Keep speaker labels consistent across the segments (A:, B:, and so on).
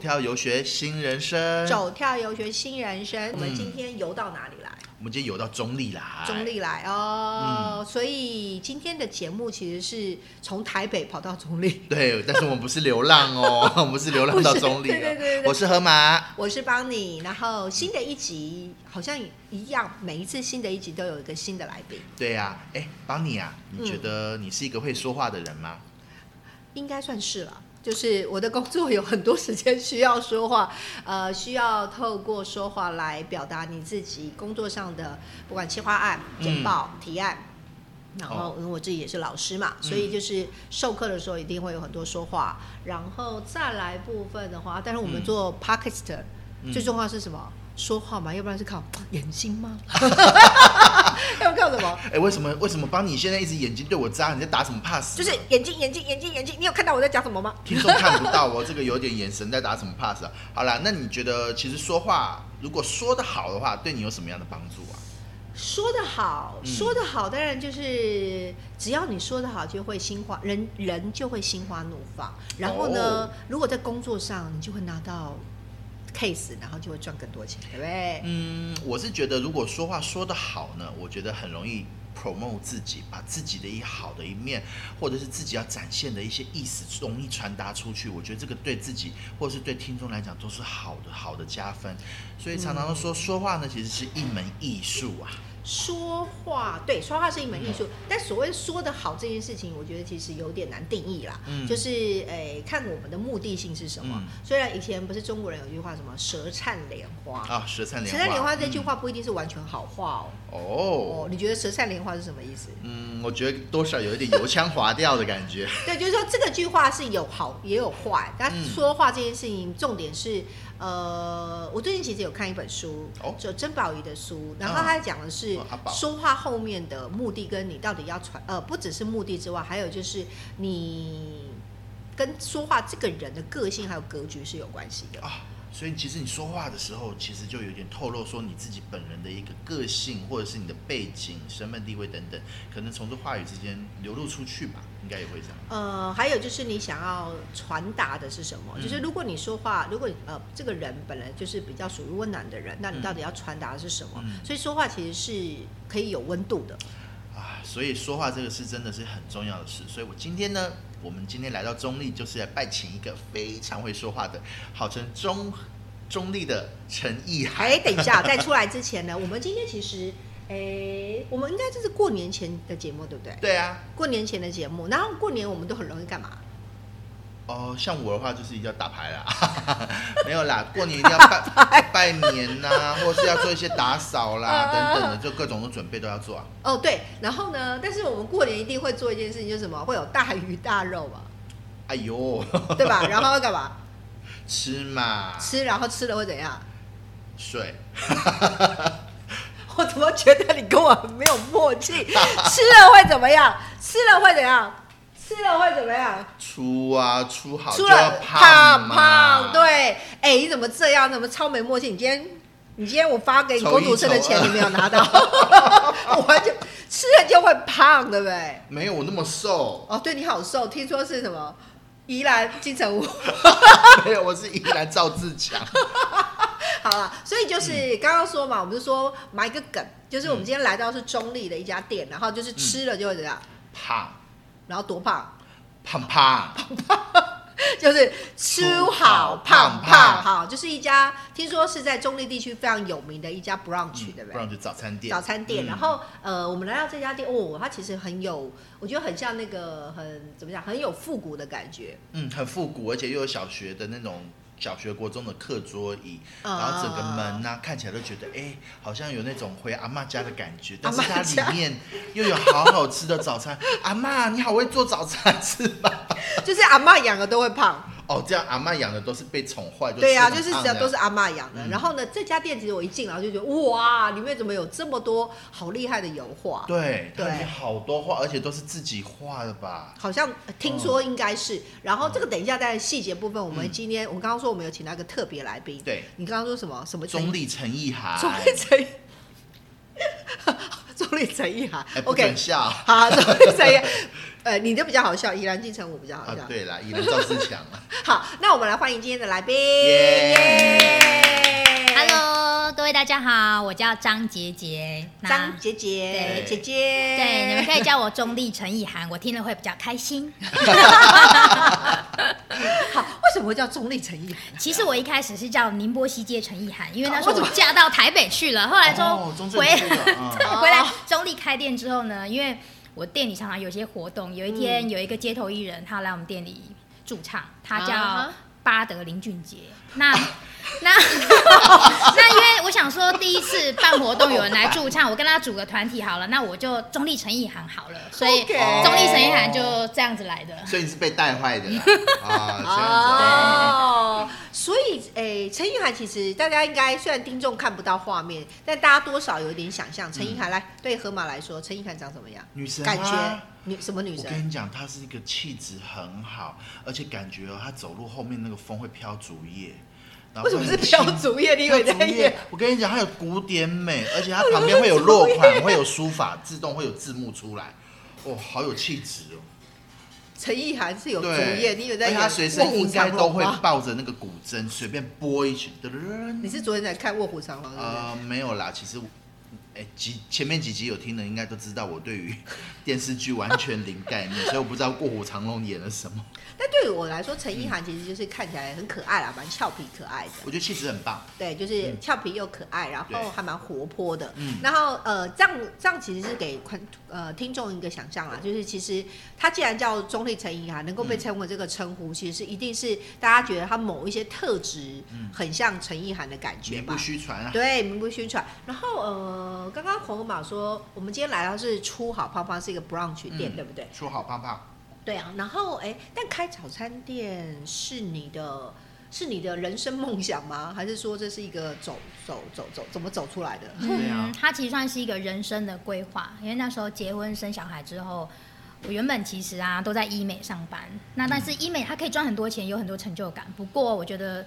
A: 跳游学新人生。
B: 走跳游学新人生，我们今天游到哪里来？
A: 我们今天游到中立啦，
B: 中立来哦，所以今天的节目其实是从台北跑到中立。
A: 对，但是我们不是流浪哦，我们不是流浪到中立
B: 不是对对对
A: 了。
B: 对
A: 我是河马，
B: 我是邦尼，然后新的一集好像一样，每一次新的一集都有一个新的来宾，
A: 对呀、哎、邦尼啊，
B: 嗯
A: 你觉得你是一个会说话的人吗？
B: 应该算是了。就是我的工作有很多时间需要说话，呃，需要透过说话来表达你自己工作上的，不管企划案、
A: 嗯
B: 简报、提案。
A: 哦
B: 然后，因为我自己也是老师
A: 嗯
B: 嘛，所以就是授课的时候一定会有很多说话，然后再来部分的话，但是我们
A: 嗯
B: 做 p o c k e t
A: 嗯
B: 最重要是什么？说话嘛，要不然是靠 眼睛 吗？ 要不然靠什么？
A: 哎、为什么为什么邦尼现在一直眼睛对我眨？你在打什么 pass？啊
B: 就是眼睛，眼睛，眼睛，眼睛。你有看到我在讲什么吗？
A: 听众看不到哦，这 个有点眼神在打什么 pass 啊？好啦，那你觉得其实说话如果说得好的话，对你有什么样的帮助啊？
B: 说得好，
A: 嗯
B: 说得好，当然就是只要你说得好，就会心花人人就会心花怒放。然后呢，
A: 哦
B: 如果在工作上，你就会拿到 case，然后就会赚更多钱，对不对？
A: 嗯，我是觉得如果说话说得好呢，我觉得很容易 promote 自己，把自己的一好的一面，或者是自己要展现的一些意思，容易传达出去。我觉得这个对自己或者是对听众来讲都是好的，好的加分。所以常常都说、
B: 嗯
A: 说话呢，其实是一门艺术啊。
B: 说话对，说话是一门艺术，但所谓说得好这件事情，我觉得其实有点难定义啦。
A: 嗯
B: 就是诶、看我们的目的性是什么。
A: 嗯
B: 虽然以前不是中国人有句话什么“舌灿莲花”，
A: 啊，舌灿莲
B: 舌
A: 花，
B: 灿莲花这句话不一定是完全好话哦。
A: 嗯哦。
B: 哦，你觉得舌灿莲花是什么意思？
A: 嗯，我觉得多少有一点油腔滑调的感觉。
B: 对，就是说这个句话是有好也有坏，但
A: 嗯
B: 说话这件事情重点是，呃，我最近其实有看一本书
A: 哦，
B: 就曾宝仪的书，然后
A: 嗯
B: 他讲的是
A: 哦阿宝
B: 说话后面的目的跟你到底要传，呃，不只是目的之外，还有就是你跟说话这个人的个性还有格局是有关系的。
A: 啊，所以其实你说话的时候，其实就有点透露说你自己本人的一个个性，或者是你的背景、身份地位等等，可能从这话语之间流露出去吧，应该也会这样。
B: 呃，还有就是你想要传达的是什么？
A: 嗯
B: 就是如果你说话，如果你呃这个人本来就是比较属于温暖的人，那你到底要传达的是什么？
A: 嗯
B: 所以说话其实是可以有温度的。
A: 啊，所以说话这个是真的是很重要的事。所以我今天呢，我们今天来到中立，就是来拜请一个非常会说话的，号称中中立的陈意涵。
B: 哎，等一下，在出来之前呢，我们今天其实，哎，我们应该这是过年前的节目，对不对？
A: 对啊，
B: 过年前的节目，然后过年我们都很容易干嘛？
A: 哦，像我的话就是一定要打牌啦， 没有啦，过年一定要拜拜年呐、或是要做一些打扫
B: 嗯
A: 啦等等的，就各种的准备都要做啊。
B: 哦，对，然后呢？但是我们过年一定会做一件事情，就是什么？会有大鱼大肉嘛，
A: 哎呦，
B: 对吧？然后要干嘛？
A: 吃嘛，
B: 吃，然后吃了会怎样？
A: 睡，
B: 我怎么觉得你跟我很没有默契？ 吃了会怎么样？吃了会怎样？吃了会怎么样？
A: 出啊出好
B: 出
A: 就要
B: 了
A: 胖嘛，
B: 胖，对，哎、你怎么这样？怎么超没默契？你今天，你今天我发给你
A: 丑一
B: 公主生的钱，
A: 丑二
B: 你没有 拿到，我完全吃了就会胖，对不对？
A: 没有我那么 瘦，
B: 哦，对你好瘦，听说是什么宜兰金城武。
A: 没有我是依然赵自强。
B: 好了，所以
A: 嗯
B: 就是刚刚说嘛，我们就说埋个梗，就是我们今天来到是中立的一家店，然后就是
A: 嗯
B: 吃了就会怎样，
A: 胖
B: 然后多胖。
A: 胖胖，
B: 就是吃好胖
A: 胖胖
B: 好，就是一家听说是在中立地区非常有名的一家 brunch，、对不
A: 不然
B: 对？
A: 就早餐嗯店。
B: 早餐店，
A: 嗯
B: 然后呃，我们来到这家店，哦，它其实很有，我觉得很像那个很怎么讲，很有复古的感觉。
A: 嗯，很复古，而且又有小学的那种小学、国中的课桌椅，
B: 啊
A: 然后整个门呐、看起来都觉得，哎、好像有那种回阿嬷家的感觉，但是
B: 阿嬷
A: 它
B: 家
A: 里面又有好好吃的早餐。阿嬷，你好会做早餐是吧？
B: 就是阿嬷养的都会胖，
A: 哦，这样阿嬷养的都是被宠坏，
B: 对呀、
A: 呀、
B: 就是只要都是阿嬷养的。
A: 嗯
B: 然后呢，这家店其实我一进来我就觉得，哇，里面怎么有这么多好厉害的油画？
A: 对，它里面
B: 对
A: 好多画，而且都是自己画的吧？
B: 好像呃听说应该是。然后
A: 嗯
B: 这个等一下在细节部分，我们今天、我们刚刚说我们有请到一个特别来宾，
A: 对，
B: 你刚刚说什么什么
A: 中
B: 立
A: 立陈意涵，
B: 中立陈， 中立陈意涵
A: 哎、不准
B: ，OK，
A: 笑。啊
B: 好，中立陈意涵。 呃，你的比较好笑，宜兰进城我比较好
A: 啊
B: 笑。，
A: 对啦，以人赵自强啊，
B: 好，那我们来欢迎今天的来宾。
A: 耶
B: 耶
C: Hello，各位大家好，我叫张杰杰。那
B: 张姐姐
A: 对，
B: 姐姐，
C: 对，你们可以叫我中立陈以涵，我听了会比较开心。
B: 好，为什么会叫中立诚意？
C: 其实我一开始是叫宁波西街陈以涵，因为那时
B: 哦
C: 候我嫁到台北去了，后来之后
A: 哦中正
C: 回、
A: 这个，嗯
C: 回来
B: 哦
C: 中立开店之后呢，因为我店里常常有一些活动，有一
B: 嗯
C: 天有一个街头艺人，他来我们店里驻唱，他
B: 啊哈
C: 叫巴德林俊杰。 那那 那，因为我想说，第一次办活动有人来驻唱，我跟他组个团体好了，那我就中立陈意涵好了，所以
B: OK
C: 中立陈意涵就这样子来的。
A: 所以你是被带坏 的啦啊，这样子。啊嗯
B: 哦，所以诶，陈意涵其实大家应该虽然听众看不到画面，但大家多少有一点想象。陈意涵来对河马来说，陈意涵长什么样？
A: 嗯女神啊
B: 感觉女什么女
A: 我
B: 神？
A: 跟你讲，她是一个气质很好，而且感觉哦，她走路后面那个风会飘竹叶。然后
B: 为
A: 会
B: 什么是
A: 很
B: 飘
A: 轻
B: 竹叶？你以为在
A: 竹
B: 演
A: 叶？，我跟你讲，它有古典美，而且它旁边会有落款，会有书法，自动会有字幕出来。哦，好有气质哦！
B: 陈意涵是有竹
A: 对，
B: 叶，你以为在
A: 而且
B: 演
A: 他随
B: 卧
A: 身
B: 虎
A: 应该
B: 藏
A: 都
B: 龙
A: 会
B: 吗
A: 抱着那个古筝，随便拨一曲。噔噔
B: 你是昨天才看《卧虎藏龙》对不对？
A: 呃，没有啦，其实我，哎、几前面几集有听的应该都知道，我对于电视剧完全零概念，所以我不知道《卧虎藏龙》演了什么。
B: 但对于我来说，陈意涵其实就是看起来很可爱啦，啊蛮俏皮可爱的。
A: 我觉得气质很棒，
B: 对，就是
A: 嗯
B: 俏皮又可爱，然
A: 对
B: 后还蛮活泼的。
A: 嗯
B: 然后呃，这样这样其实是给观呃听众一个想象啦，就是其实他既然叫中立成瘾啊，能够被称为这个称呼，其实是一定是大家觉得他某一些特质很像陈意涵的感
A: 嗯
B: 觉
A: 名
B: 吧
A: 不。虚传啊。
B: 对，名不虚传。然后呃，刚刚黄河马说，我们今天来到是初好胖胖是一个 brunch 店，
A: 嗯
B: 对不对？
A: 说好胖胖，
B: 对啊，然后哎，但开早餐店是你的，是你的人生梦想吗？还是说这是一个走走走走怎么走出来的？
A: 对啊
C: 嗯，他其实算是一个人生的规划，因为那时候结婚生小孩之后，我原本其实啊都在医美上班，那但是
A: 嗯
C: 医美它可以赚很多钱，有很多成就感。不过我觉得，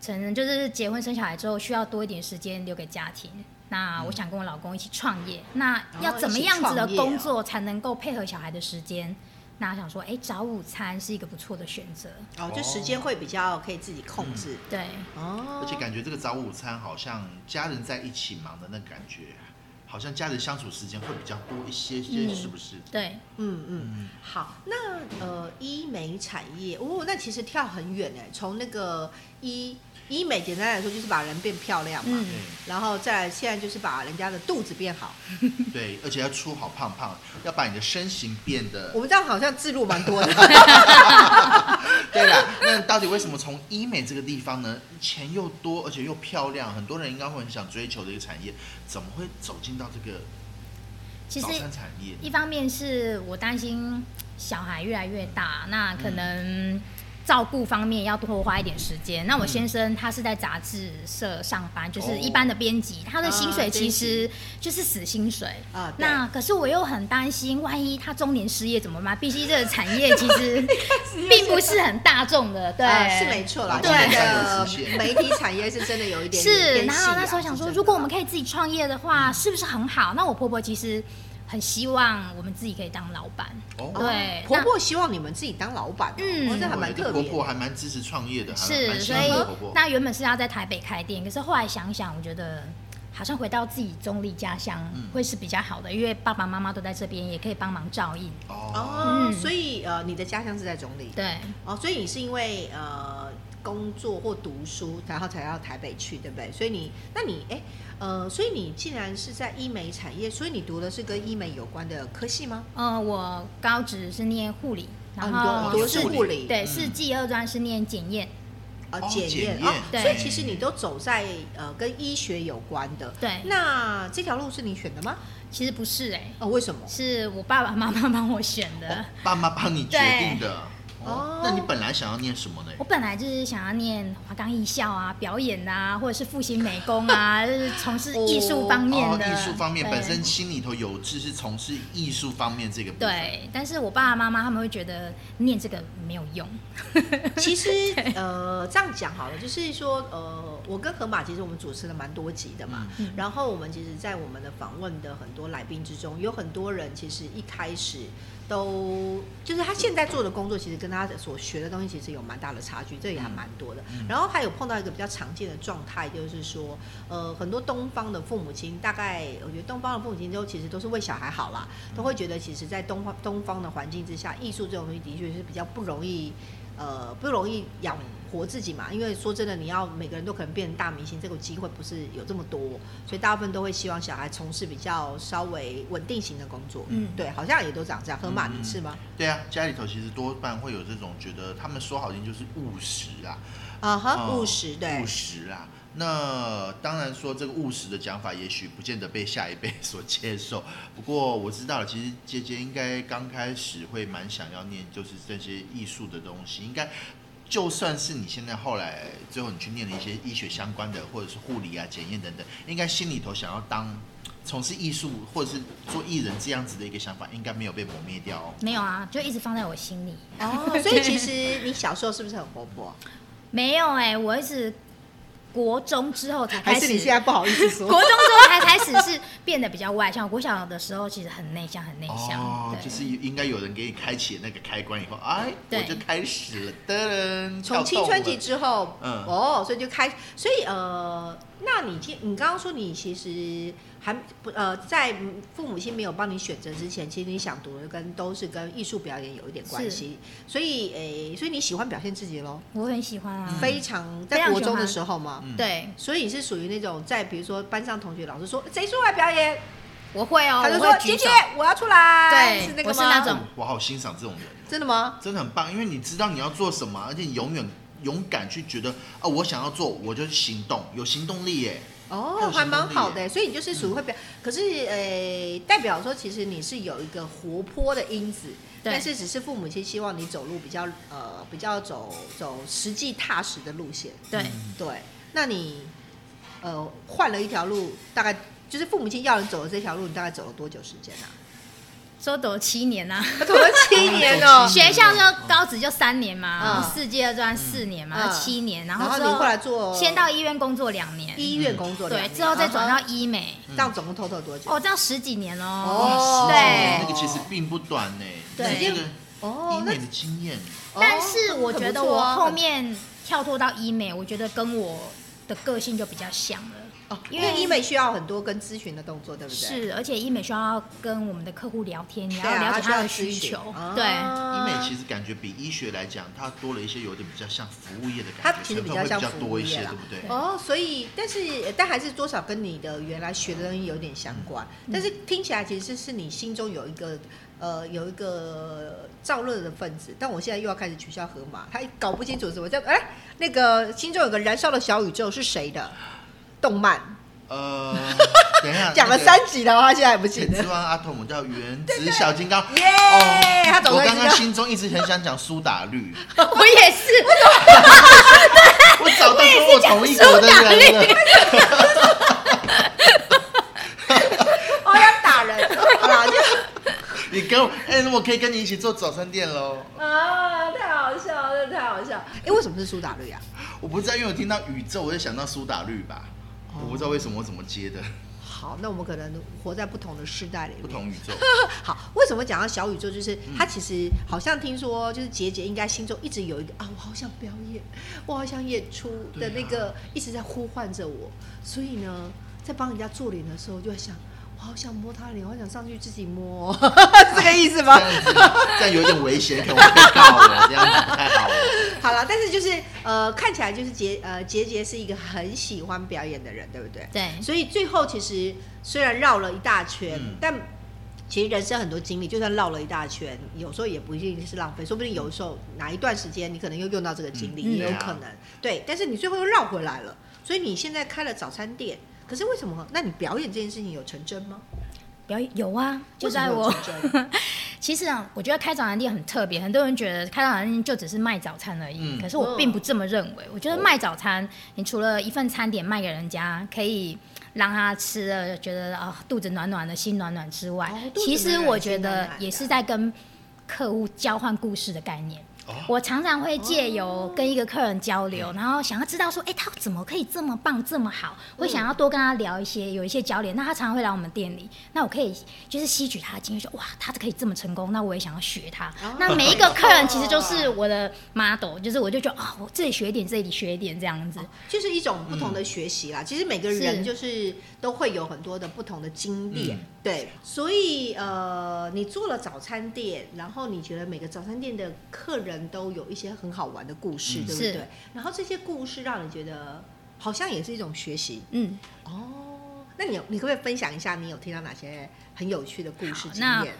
C: 成人就是结婚生小孩之后需要多一点时间留给家庭。那
A: 嗯
C: 我想跟我老公一起创业，那要怎么样子的工作才能够配合小孩的时间？那我想说，哎，早午餐是一个不错的选择。
B: 哦，就时间会比较可以自己控制
C: 对，
B: 哦，
A: 而且感觉这个早午餐好像家人在一起忙的那感觉，好像家人相处时间会比较多一些些，
C: 嗯
A: 是不是？
C: 对，
B: 嗯嗯
A: 嗯，
B: 好，那呃医美产业哦，那其实跳很远哎，从那个医医美简单来说就是把人变漂亮嘛，
C: 嗯
A: 对
B: 然后再来现在就是把人家的肚子变好，
A: 对，而且要出好胖胖，要把你的身形变得
B: 我们这样好像字路蛮多的。
A: 对啦，那到底为什么从医美这个地方呢，钱又多，而且又漂亮，很多人应该会很想追求的一个产业，怎么会走进到这个
C: 其实
A: 早餐产业？
C: 一方面是我担心小孩越来越大，那
B: 嗯
C: 可能照顾方面要多花一点时间。
B: 嗯
C: 那我先生他是在杂志社上班，
B: 哦
C: 就是一般的编辑，他的薪水其实就是死薪水。
B: 啊对
C: 那可是我又很担心，万一他中年失业怎么办？毕竟这个产 业其实 并不是很大众的，对，
B: 啊是没错啦，
A: 对
B: 现
A: 有
B: 在
A: 时
B: 的
A: 限
B: 媒体产业是真的有一点
C: 是，
B: 点啊
C: 然后那时候想说，如果我们
B: 看
C: 可以自己创业的话，
B: 嗯
C: 是不是很好？那我婆婆其实很希望我们自己可以当老板，
A: 哦
C: 对，
B: 婆
C: 那
B: 婆希望你们自己当老板哦，
C: 嗯
B: 哦这还
A: 我
B: 蛮
A: 有一个
B: 特
A: 婆
B: 别
A: 婆
B: 的。
A: 还蛮支持创业的，还蛮
C: 是，
A: 辛
C: 所
A: 苦
C: 以
A: 的婆婆。
C: 那原本是要在台北开店，可是后来想想，我觉得好像回到自己中立家乡
A: 嗯
C: 会是比较好的，因为爸爸妈妈都在这边，也可以帮忙照应。
A: 哦，
B: 哦，
C: 嗯
B: 所以呃，你的家乡是在中立，
C: 对，
B: 哦，所以你是因为呃工作或读书，然后才到台北去，对不对？所以你，那你哎呃，所以你既然是在医美产业，所以你读的是跟医美有关的科系吗？
C: 呃，我高职是念护理，然
B: 哦，
C: 后
B: 你读读的
C: 是
B: 是护理，
C: 对，
A: 嗯
C: 是技二专是念检验，
B: 呃
A: 哦
B: 检
A: 检
B: 验
A: 验
B: 哦，
A: 对
B: 所以其实你都走在呃跟医学有关的。
C: 对
A: 哦
B: 那这条路是你选的吗？
C: 其实不是哎、
B: 哦，为什么？
C: 是我爸爸妈妈帮我选的。
A: 哦爸妈帮你决定的。
B: 哦
A: 哦，那你本来想要念什么呢？
C: 我本来就是想要念华冈艺校啊，表演啊，或者是复兴美工啊，就是从事艺术方面
A: 哦，
C: 的。
A: 艺术方面
C: 对
A: 本身心里头有志是从事艺术方面这个部分。
B: 嗯
C: 对，但是我爸爸妈妈他们会觉得念这个没有用。
B: 其实呃，这样讲好了，就是说呃，我跟河马其实我们主持了蛮多集的嘛。
C: 嗯
B: 然后我们其实，在我们的访问的很多来宾之中，有很多人其实一开始都就是他现在做的工作，其实跟他所学的东西其实有蛮大的差距，这也还蛮多的。
A: 嗯
B: 然后还有碰到一个比较常见的状态，就是说，呃，很多东方的父母亲，大概我觉得东方的父母亲都其实都是为小孩好啦，都会觉得其实，在东方东方的环境之下，艺术这种东西的确是比较不容易，呃，不容易养。活自己嘛，因为说真的，你要每个人都可能变成大明星，这个机会不是有这么多，所以大部分都会希望小孩从事比较稍微稳定型的工作。
C: 嗯
B: 对，好像也都长这样。河马，
A: 嗯
B: 你是吗？
A: 对啊，家里头其实多半会有这种觉得，他们说好听就是务实啊，
B: 啊哈，
A: 嗯
B: 务实，对
A: 务，实啊。那当然说这个务实的讲法，也许不见得被下一辈所接受。 不过我知道了，其实姐姐应该刚开始会蛮想要念，就是这些艺术的东西。应该就算是你现在后来最后你去念了一些医学相关的，或者是护理啊、检验等等，应该心里头想要当从事艺术或者是做艺人这样子的一个想法，应该没有被磨灭掉哦。
C: 没有
B: 嗯
C: 啊，就一直放在我心里。
B: 哦，所以其实 你小时候是不是很活泼？
C: 没有哎、我一直国中之后才
B: 还
C: 开
B: 是你现
C: 始，
B: 在不好意思
C: 国
B: 说？
C: 中之后才开始是变得比较外向。我国小的时候其实很内向，很内向，
A: 哦，
C: 对，
A: 就是应该有人给你开启那个开关以后，哎，我
C: 对
A: 就开始了，噔，跳
B: 从
A: 动
B: 青春期
A: 了
B: 之后，
A: 嗯
B: 哦，所以就开，所以呃，那你其你刚刚说你其实还不呃，在父母亲没有帮你选择之前，其实你想读的跟都是跟艺术表演有一点关系，所以诶、所以你喜欢表现自己喽？
C: 我很喜欢啊。
B: 非常
C: 非
B: 在
C: 常
B: 国
C: 喜
B: 中的
C: 欢
B: 时候吗？
A: 嗯
C: 对，
B: 所以你是属于那种在比如说班上同学老师说谁出来表演，
C: 我会哦，
B: 他就
C: 我
B: 说
C: 会
B: 姐
C: 举
B: 姐
C: 手。
B: 我要出来，
C: 对
B: 是那个吗？
C: 我是那种
A: 嗯我好欣赏这种人，
B: 真的吗？
A: 真的很棒，因为你知道你要做什么，而且你永远勇敢去觉得啊，我想要做，我就行动，有行动力耶。还
B: 哦
A: 有，
B: 还蛮
A: 行动力
B: 好
A: 耶
B: 的，所以你就是属于会
C: 嗯
B: 表，可是呃，代表说其实你是有一个活泼的因子，
C: 对
B: 但是只是父母亲希望你走路比较呃比较走走实际踏实的路线，
C: 对，
B: 对，那你呃换了一条路，大概就是父母亲要你走的这条路，你大概走了多久时 间啊？
C: 周走七年啊，
B: 走了七年哦
A: 嗯，
C: 学校就高职就三年嘛，
B: 嗯
C: 然后四阶段四年嘛，
B: 嗯
C: 七年， 然
B: 然
C: 后
B: 后
C: 之
B: 你后来做
C: 先到医院工作两年，
B: 医院工作两
C: 对，
B: 年，
C: 之后再转
B: 啊哈
C: 到医美，
B: 这样总共 total 多久？
C: 哦，这样十几年
B: 哦
C: 哦。
A: 哇
C: 对
A: 十几年那个其实并不短呢，
C: 对
A: 这个
B: 哦
A: 医美的经验，
C: 但是我觉得我后
B: 面。
C: 面跳脱到医美，我觉得跟我的个性就比较像了。
B: 哦，因
C: 因
B: 为
C: 为
B: 医美需要很多跟咨询的动作，对不对？
C: 是，而且医美需要跟我们的客户聊天，你
B: 对
C: 要
B: 啊，
C: 了解
B: 需要
C: 他的
B: 咨
C: 需
B: 询
C: 求。
B: 啊
C: 对，
A: 医美其实感觉比医学来讲，它多了一些有点比较像服务业的感觉，
B: 它其实
A: 成
B: 比
A: 分
B: 较
A: 会
B: 像
A: 比较
B: 服务
A: 多一
B: 业
A: 些，
B: 啦
A: 对不对？
B: 哦，所以但是呃但还是多少跟你的原来学的东西有点相关，
C: 嗯
B: 但是听起来其实是你心中有一个呃有一个燥热的分子，但我现在又要开始取消河马，他搞不清楚什么叫哎那个心中有个燃烧的小宇宙是谁的动漫，
A: 呃，等一下，
B: 讲了
A: 那个
B: 三集了，他现在还不记
A: 铁之
B: 得。
A: 王啊阿童，我叫原子小金刚。
B: 对耶
A: 哦
B: 他总
A: 我
B: 算
A: 刚
B: 知
A: 刚
B: 道
A: 心中一直很想讲苏打 绿，
C: 我也是，
A: 我找到跟我同一国的人了。
B: 哦，要打人，好啦，就。
A: 你跟我，哎、我可以跟你一起做早餐店喽。
B: 啊，太好笑了，真的太好笑了！哎、为什么是苏打绿啊？
A: 我不知道，因为我听到宇宙，我就想到苏打绿吧。
B: 哦
A: 我不知道为什么我怎么接的，
B: 好，那我们可能活在不同嗯的世代里面。
A: 不同宇 宙。
B: 好，为什么讲到小宇宙？就是他其实好像听说，就是杰杰应该心中一直有一个啊，我好想表演，我好想演出的那个，一直在呼唤着我。所以呢，在帮人家做脸的时候，就在想，我好想摸他的脸，我好想上去自己摸， 这个意思
A: 这
B: 吗？
A: 样子，这样有点危险，可能会被告了。这样子不太好 了。
B: 好了，但是就是呃，看起来就是杰呃杰杰是一个很喜欢表演的人，对不对？
C: 对，
B: 所以最后其实虽然绕了一大圈，
A: 嗯
B: 但其实人生很多经历，就算绕了一大圈，有时候也不一定是浪费，说不定有时候哪一段时间你可能又用到这个经历，
C: 嗯
B: 也有
A: 对啊
B: 可能。对，但是你最后又绕回来了，所以你现在开了早餐店，可是为什么？那你表演这件事情有成真吗？
C: 表演有啊，就
B: 为什么
C: 在
B: 有
C: 我
B: 成真
C: 其实啊，我觉得开早餐店很特别，很多人觉得开早餐店就只是卖早餐而已，
A: 嗯
C: 可是我并不这么认为。我
B: 哦
C: 觉得卖早餐，你除了一份餐点卖给人家，可以让他吃了觉得啊、肚子暖暖的，心暖暖之外，
B: 哦肚子
C: 其实
B: 暖暖
C: 我觉
B: 心暖
C: 得
B: 暖的
C: 也是在跟客户交换故事的概念。
A: 哦
C: 我常常会借由跟一个客人交流，然后想要知道说，哎、他怎么可以这么棒、这么好？我想要多跟他聊一些，有一些交流。那他常常会来我们店里，那我可以就是吸取他的经验，说哇，他可以这么成功，那我也想要学他。
B: 哦
C: 那每一个客人其实就是我的 model，就是我就觉得哦，我这里学一点，这里学一点这样子。
B: 就是一种不同的学习啦。其实每个人就是都会有很多的不同的经历，
A: 嗯
B: 对，所以呃，你做了早餐店，然后你觉得每个早餐店的客人都有一些很好玩的故事，
A: 嗯
B: 对不
C: 是
B: 对？然后这些故事让你觉得好像也是一种学习
C: 嗯，
B: 哦。那你有你可不可以分享一下你有听到哪些很有趣的故事
C: 好
B: 经
C: 那
B: 验？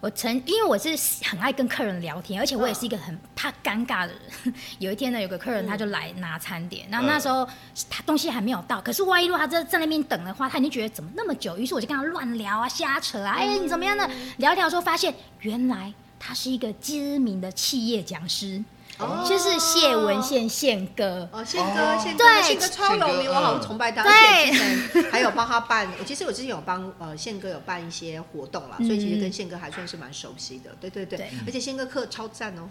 C: 我曾因为我是很爱跟客人聊天，而且我也是一个很怕尴尬的人。 有一天呢，有个客人他就来拿餐点，那、
A: 嗯
C: 那时候他东西还没有到，可是万一如果他在在那边等的话，他已经觉得怎么那么久，于是我就跟他乱聊啊、瞎扯啊，哎、你怎么样呢？聊一聊之后发现，原来他是一个知名的企业讲师，
B: 哦
C: 就是谢文宪宪哥。
B: 哦，宪
A: 哦
B: 哥，宪哥，
C: 对
B: 宪哥超有
A: 宪
B: 名，
A: 哥
B: 我好崇拜他。
C: 嗯
B: 而且之前还有帮他办，其实我之前有帮呃宪哥有办一些活动啦，所以其实
C: 嗯
B: 跟宪哥还算是蛮熟悉的。对对对
C: 对，
B: 而且宪哥课超赞 哦。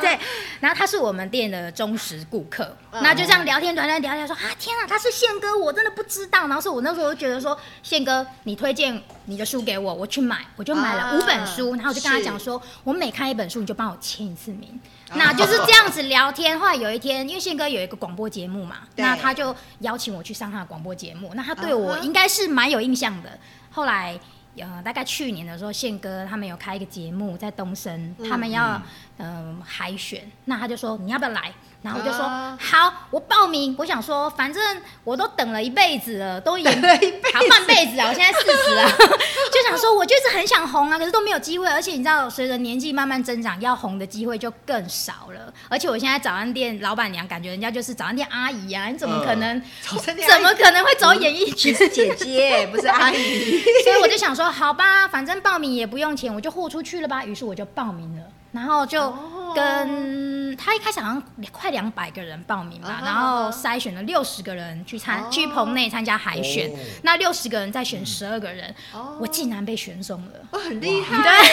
C: 对，然后他是我们店的忠实顾客，
B: 嗯
C: 那就这样聊天聊天聊天说啊，天啊，他是宪哥，我真的不知道。然后是我那时候就觉得说，宪哥，你推荐你的书给我，我去买，我就买
B: 啊
C: 了五本书，然后我就跟他
B: 是
C: 讲说，我每看一本书，你就帮我签一次名。
B: 啊
C: 那就是这样子聊天。后来有一天，因为宪哥有一个广播节目嘛，
B: 对
C: 那他就邀请我去上他的广播节目，那他对
B: 嗯
C: 我
B: 哼
C: 应该是蛮有印象的。后来。呃，大概去年的时候，宪哥他们有开一个节目在东升，他们要嗯、海选，那他就说你要不要来？然后我就说、
B: 啊
C: 好，我报名。我想说，反正我都等了一辈子了，都也
B: 等了一辈子
C: 好半辈子啊，我现在四十了， 就想说我就是很想红啊，可是都没有机会。而且你知道，随着年纪慢慢增长，要红的机会就更少了。而且我现在早餐店老板娘，感觉人家就是早餐店阿姨啊，你怎
B: 嗯
C: 么可能？
B: 早餐店阿姨
C: 怎么可能会走
B: 嗯
C: 演艺圈？
B: 是姐姐，不是阿 姨。
C: 所以我就想说，好吧，反正报名也不用钱，我就豁出去了吧。于是我就报名了，然后就
B: 哦
C: 跟、他一开始好像快两百个人报名吧
B: 啊哈
C: 然后筛选了六十个人去参、
B: 哦
C: 去棚内参加海选，
A: 哦
C: 那六十个人再选十二个人，
B: 哦
C: 我竟然被选中了。
B: 我哦很厉害，
A: 你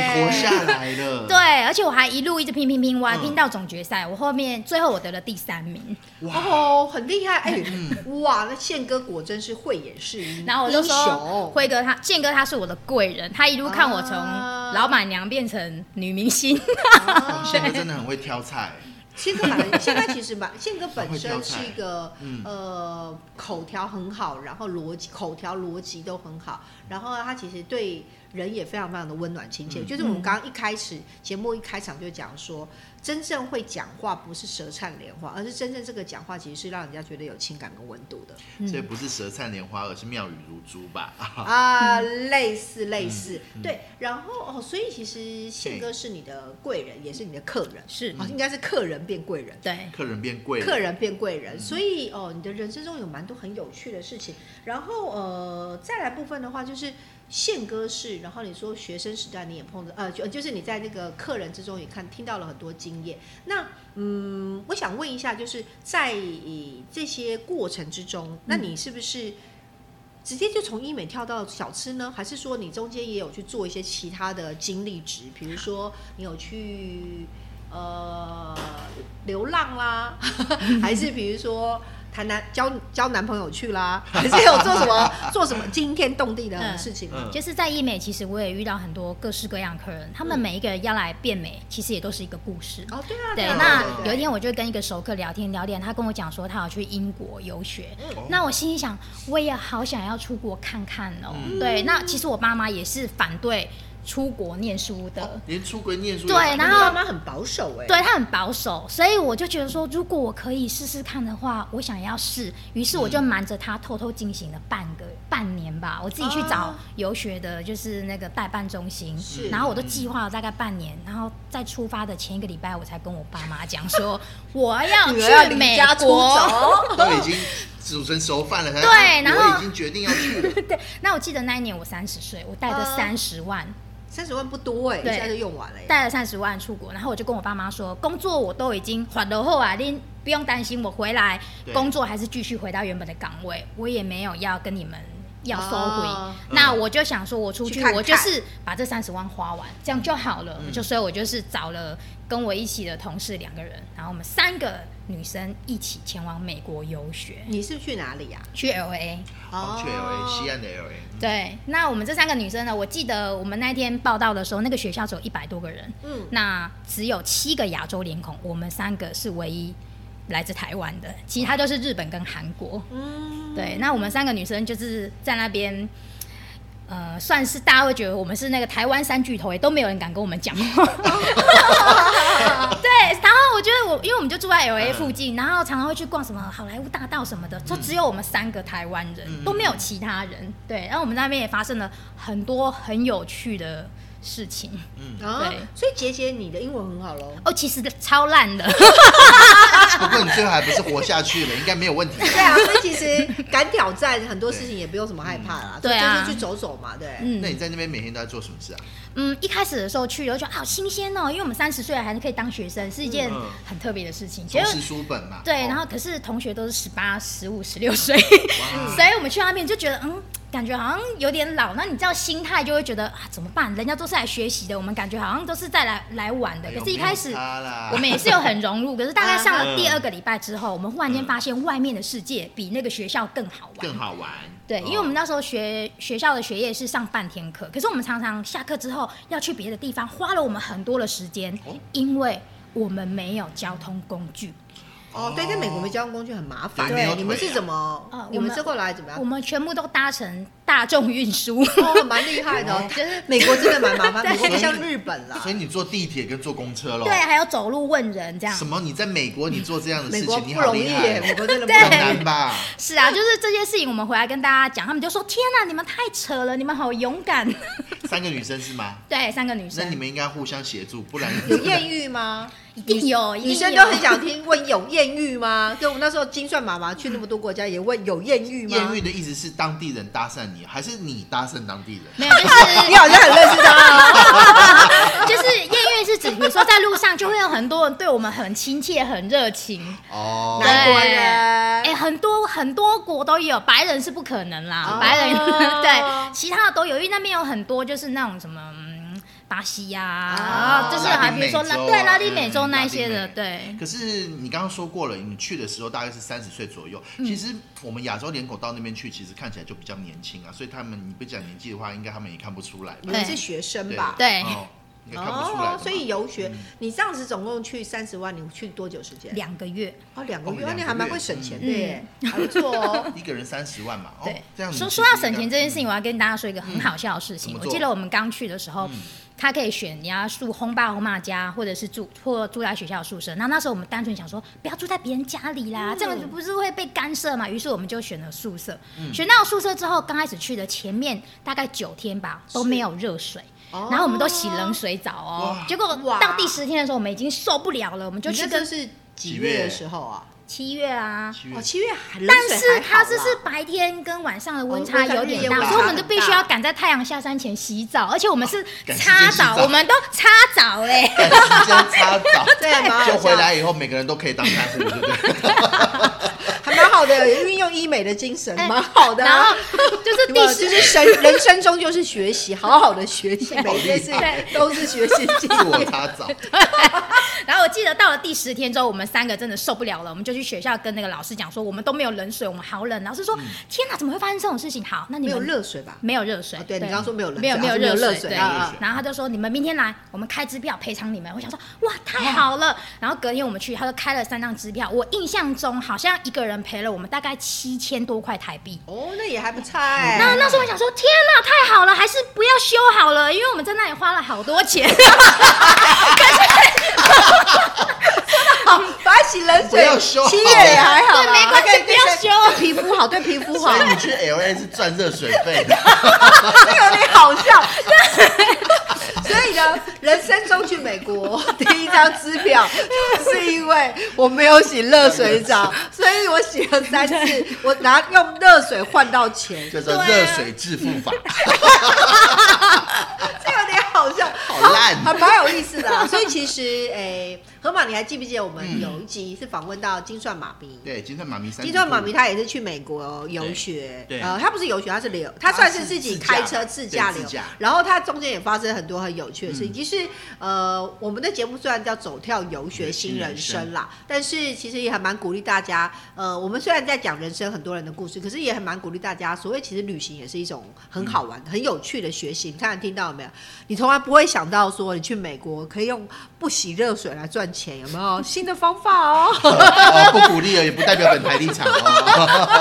C: 对
A: 活下来 了，
C: 对，，而且我还一路一直拼拼拼，我还
A: 嗯
C: 拼到总决赛，我后面最后我得了第三名。
B: 哦，很厉害。哎，
A: 嗯
B: 哇，那宪哥果真是慧眼识英，
C: 然后我就
B: 英
C: 说
B: 雄，
C: 辉哥他宪哥他是我的贵人，他一路看我从
B: 啊
C: 老板娘变成女明星。
B: 啊
A: 哦现在真的很会挑菜，
B: 宪哥本来，宪哥其实蛮，宪哥本身是一个
A: 嗯
B: 呃口条很好，然后逻辑口条逻辑都很好，然后他其实对人也非常非常的温暖亲切。
A: 嗯
B: 就是我们刚刚一开始节目一开场就讲说，真正会讲话不是舌灿莲花，而是真正这个讲话其实是让人家觉得有情感跟温度的。
A: 所以不是舌灿莲花，而是妙语如珠吧？
B: 啊，类似类似，
A: 嗯
B: 对，然后哦，所以其实宪哥是你的贵人，也是你的客人，
C: 是
B: 啊，应该是客人变贵人，
C: 对，
A: 客人变贵了，
B: 客人变贵人，所以哦，你的人生中有蛮多很有趣的事情。然后呃，再来部分的话就是宪歌式，然后你说学生时代你也碰到，呃，就就是你在那个客人之中也看听到了很多经验。那嗯，我想问一下，就是在呃这些过程之中，那你是不是？直接就从医美跳到小吃呢，还是说你中间也有去做一些其他的经历值？比如说你有去呃流浪啦， 还是比如说谈男交交男朋友去啦，还是有做什么 做什么惊天动地的事情啊吗？
A: 嗯
C: 就是在医美，其实我也遇到很多各式各样的客人，他
B: 嗯
C: 们每一个人要来变美，其实也都是一个故事。
B: 哦，对啊，
C: 对
B: 啊，
C: 那
B: 对
C: 有一天我就跟一个熟客聊天聊天，他跟我讲说他要去英国游学，
A: 哦
C: 那我心里想，我也好想要出国看看哦。
A: 嗯
C: 对，那其实我妈妈也是反对出国念书的。
A: 哦连出国念书
C: 对
A: 也
C: 然
B: 你
C: 后
B: 爸妈很保守哎、
C: 对他很保守，所以我就觉得说，如果我可以试试看的话，我想要试。于是我就瞒着他偷偷进行了半个
B: 嗯
C: 半年吧，我自己去找
B: 啊
C: 游学的，就是那个代办中心
B: 哦是，
C: 然后我都计划了大概半年，然后在出发的前一个礼拜，我才跟我爸妈讲说我要
B: 女儿要
C: 去
B: 离
C: 美
B: 家出
C: 国。
B: 走，
A: 都已经煮成熟饭了，才
C: 哦对
A: 啊
C: 然后
A: 我已经决定要去 了，
C: 对，那我记得那一年我三十岁，我带着
B: 啊
C: 三十万，
B: 三十万不多哎、
C: 对
B: 一下就用完了、欸。
C: 带了三十万出国，然后我就跟我爸妈说，工作我都已经缓了后啊，您不用担心，我回来
A: 对
C: 工作还是继续回到原本的岗位，我也没有要跟你们要收回。
A: 啊
B: 哦
A: 嗯
C: 那我就想说，我出去
B: 去看看
C: 我就是把这三十万花完，这样就好了。
A: 嗯
C: 就所以，我就是找了跟我一起的同事两个人，然后我们三个女生一起前往美国游学，
B: 你是去哪里呀、
C: 去 L A。
A: 哦，去 L A 西岸的 L A，
C: 对，那我们这三个女生呢，我记得我们那天报道的时候，那个学校只有一百多个人，
B: 嗯，
C: 那只有七个亚洲脸孔，我们三个是唯一来自台湾的，其他都是日本跟韩国。
B: 嗯，
C: 对，那我们三个女生就是在那边，呃，算是大家会觉得我们是那个台湾三巨头，也都没有人敢跟我们讲话。对，然后我觉得我，因为我们就住在 L A
A: 嗯
C: 附近，然后常常会去逛什么好莱坞大道什么的，就只有我们三个台湾人，
A: 嗯
C: 都没有其他人。对，然后我们那边也发生了很多很有趣的事情。
A: 嗯，
B: 哦
C: 对，
B: 所以杰杰你的英文很好 喽。
C: 哦，其实超烂的。
A: 不过你最后还不是活下去了，应该没有问题。
B: 对啊，所以其实敢挑战很多事情也不用什么害怕啦，
C: 对啊
B: 就是去走走嘛，对。
C: 嗯
A: 那你在那边每天都在做什么事啊？
C: 嗯，一开始的时候去，我就觉得啊，好新鲜哦，因为我们三十岁了还是可以当学生，是一件
A: 嗯嗯
C: 很特别的事情。结
A: 从
C: 果
A: 事书本嘛。
C: 对，
A: 哦
C: 然后可是同学都是十八、十五、十六岁，
A: 哇
C: 所以我们去那边就觉得，嗯，感觉好像有点老。那你知道心态就会觉得啊，怎么办？人家都是来学习的，我们感觉好像都是在来来玩的。
A: 哎呦
C: 可是，一开始
A: 没有差啦
C: 我们也是有很融入。可是大概
A: 嗯
C: 上了第二个礼拜之后，我们忽然间发现外面的世界比那个学校更好玩，
A: 更好玩。
C: 对，
A: 哦
C: 因为我们那时候学学校的学业是上半天课，可是我们常常下课之后要去别的地方，花了我们很多的时间
A: 哦，
C: 因为我们没有交通工具。
B: 哦，对，在美国没交通工具很麻烦。
A: 对没有腿啊
B: 你们是怎么
C: 呃？
B: 你
C: 我
B: 们
C: 们
B: 是后来怎么样
C: 我？们全部都搭乘大众运输，
B: 啊哦，蛮厉害的哦，就是美国真的蛮麻烦，美国不像日本啦
A: 哦所。以你坐地铁跟坐公车喽？
C: 对，啊还有走路问人这样
A: 什。么？你在美国你做这样的
B: 美
A: 事
B: 国
A: 情，你
B: 不
A: 好
B: 容易
A: 厉
B: 耶，
A: 害
B: 美
A: 哦，
B: 国真的不
C: 对
A: 很
B: 容易。
A: 难吧？
C: 是啊，就是这件事情，我们回来跟大家讲，他们就说：“天哪、你们太扯了，你们好勇敢。
A: 三个女生是吗？”
C: 对，三个女
A: 那你
C: 生
A: 们应该互相协助，不然
B: 有艳遇 吗？
C: 一定有，
B: 女
C: 一定
B: 生
C: 有
B: 都很想听问有艳遇吗？所以我们那时候精算妈妈去那么多国家也问有艳遇吗？
A: 艳遇的意思是当地人搭讪你，还是你搭讪当地人？
C: 没有，就是
B: 你好像很认识他哦。
C: 就是艳遇是指，比如说在路上就会有很多人对我们很亲切、很热情，
A: 哦，
C: 对
B: 南国人，
C: 哎、很多很多国都有，白人是不可能啦，
B: 哦
C: 白人 对，其他的都有，因为那边有很多就是那种什么。嗯巴西呀、
B: 哦
C: 啊就是
A: 拉
C: 还
A: 丁
C: 比如说
A: 美
C: 拉
A: 洲啊
C: 对拉丁美洲
A: 嗯
C: 那一些
A: 拉
C: 的，
A: 丁
C: 对
A: 可是你刚刚说过了，你去的时候大概是三十岁左右。
C: 嗯
A: 其实我们亚洲脸孔到那边去，其实看起来就比较年轻啊，所以他们你不讲年纪的话，应该他们也看不出来吧。
B: 你们是学生吧？
C: 对
A: 哦应该看不出来的
B: 哦
A: 嘛。，嗯
B: 所以游学，你这样子总共去三十万，你去多久时间？
C: 两个月，
B: 哦，两个
A: 哦
B: 月，哦
A: 两个月
B: 你还蛮会省钱的耶，还不 错哦。
A: 一个人三十万嘛，哦
C: 对，，
A: 这样你
C: 说
A: 其
C: 说
A: 实
C: 到
A: 应
C: 省
A: 该
C: 钱这件事情，我要跟大家说一个很好笑的事
A: 怎
C: 情。
A: 么
C: 我
A: 做嗯
C: 记得我们刚去的时候，他可以选你要住轰爸轰妈家，或者是住或住在学校宿舍。那那时候我们单纯想说，不要住在别人家里
A: 嗯
C: 啦，这样子不是会被干涉嘛？于是我们就选了宿舍。
A: 嗯
C: 选到宿舍之后，刚开始去的前面大概九天吧都没有热水。
B: 哦
C: 然后我们都洗冷水澡哦
A: 哇，
C: 结果
B: 哇
C: 到第十天的时候，我们已经受不了了，我们就
B: 你
C: 去
B: 这个
C: 跟
B: 是几月的时候啊？
C: 七月啊，
A: 七月
B: 哦，七月还，冷
C: 但
B: 水
C: 是
B: 还好
C: 它
B: 啦
C: 这是白天跟晚上的温
B: 哦
C: 差
B: 温差
C: 有点
B: 日夜温
C: 大，
A: 差
C: 所以我们
B: 很
C: 就
B: 大哦
C: 必须要赶在太阳下山前洗澡，而且我们是
A: 赶时
C: 擦
A: 间洗
C: 澡，
A: 澡
C: 我们都擦澡哎、
B: ，
A: 赶时间擦 澡
B: 对蛮好笑
A: 就回来以后每个人都可以当看护，对不对？
B: 还蛮好的，运用医美的精神，
C: 哎
B: 蛮好的
C: 然
B: 啊。
C: 后就是
B: 有
C: 第
B: 没有
C: 十
B: 就是生 人生中就是学习，好好的学习，每件事
C: 对
B: 都是学习经
A: 自我
B: 验。
A: 擦 澡，
C: 然后我记得到了第十天之后，我们三个真的受不了了，我们就去学校跟那个老师讲说，我们都没有冷水，我们好冷。老师说：“天哪，怎么会发生这种事情？”好，那你
B: 嗯没有
C: 们
B: 热水吧？
C: 没有热水
B: 啊，对你刚刚说没有冷水
C: 没有
B: 啊
C: 没有
B: 没有
C: 热
B: 热水
C: 对
B: 啊
A: 啊啊
C: 然后他就说你们明天来，我们开支票赔偿你们。我想说哇，太好
B: 哦
C: 了。然后隔天我们去，他就开了三张支票，我印象中好像一个人赔了我们大概七千多块台币。
B: 哦，那也还不差哎。
A: 嗯
C: 那那时候我想说，天哪，太好了，还是不要修好了，因为我们在那里花了好多钱。
B: 好， 把它洗冷
A: 不
B: 水
A: 要，修
B: 七月也还好啦，
C: 对没关系
B: 它可以
C: 不要修
B: 对皮肤好，对皮肤好
A: 所，以你去 L A 是赚热水费 的，
B: 这有点好笑。 所以呢，人生中去美国第一张支 票，是因为我没有洗热水 澡，所以我洗了三次，我拿用热水换到钱，
A: 叫
C: 啊
A: 做热水致富法。
B: 这有点好笑，
A: 好烂
B: 还还蛮有意思的啊、所以其实，诶、河马，你还记不记得我
A: 嗯
B: 们有一集是访问到金算妈咪？
A: 对，金钻妈咪三，
B: 金算妈咪，她也是去美国哦游学，
A: 对对
B: 呃，她不是游学，她是留，
A: 她
B: 她算
A: 是
B: 是自己
A: 自驾
B: 开车自驾
A: 对
B: 流
A: 自驾。
B: 然后她中间也发生很多很有趣的事情。
A: 嗯
B: 其实，呃，我们的节目虽然叫“走跳游学新人生”啦，但是其实也还蛮鼓励大家。呃，我们虽然在讲人生很多人的故事，可是也很蛮鼓励大家。所谓其实旅行也是一种很
A: 嗯
B: 好玩、很有趣的学习。你看听到没有？你从来不会想到说你去美国可以用不洗热水来赚钱，有没有新的方法哦？
A: 哦，不鼓励了，也不代表本台立场 哦。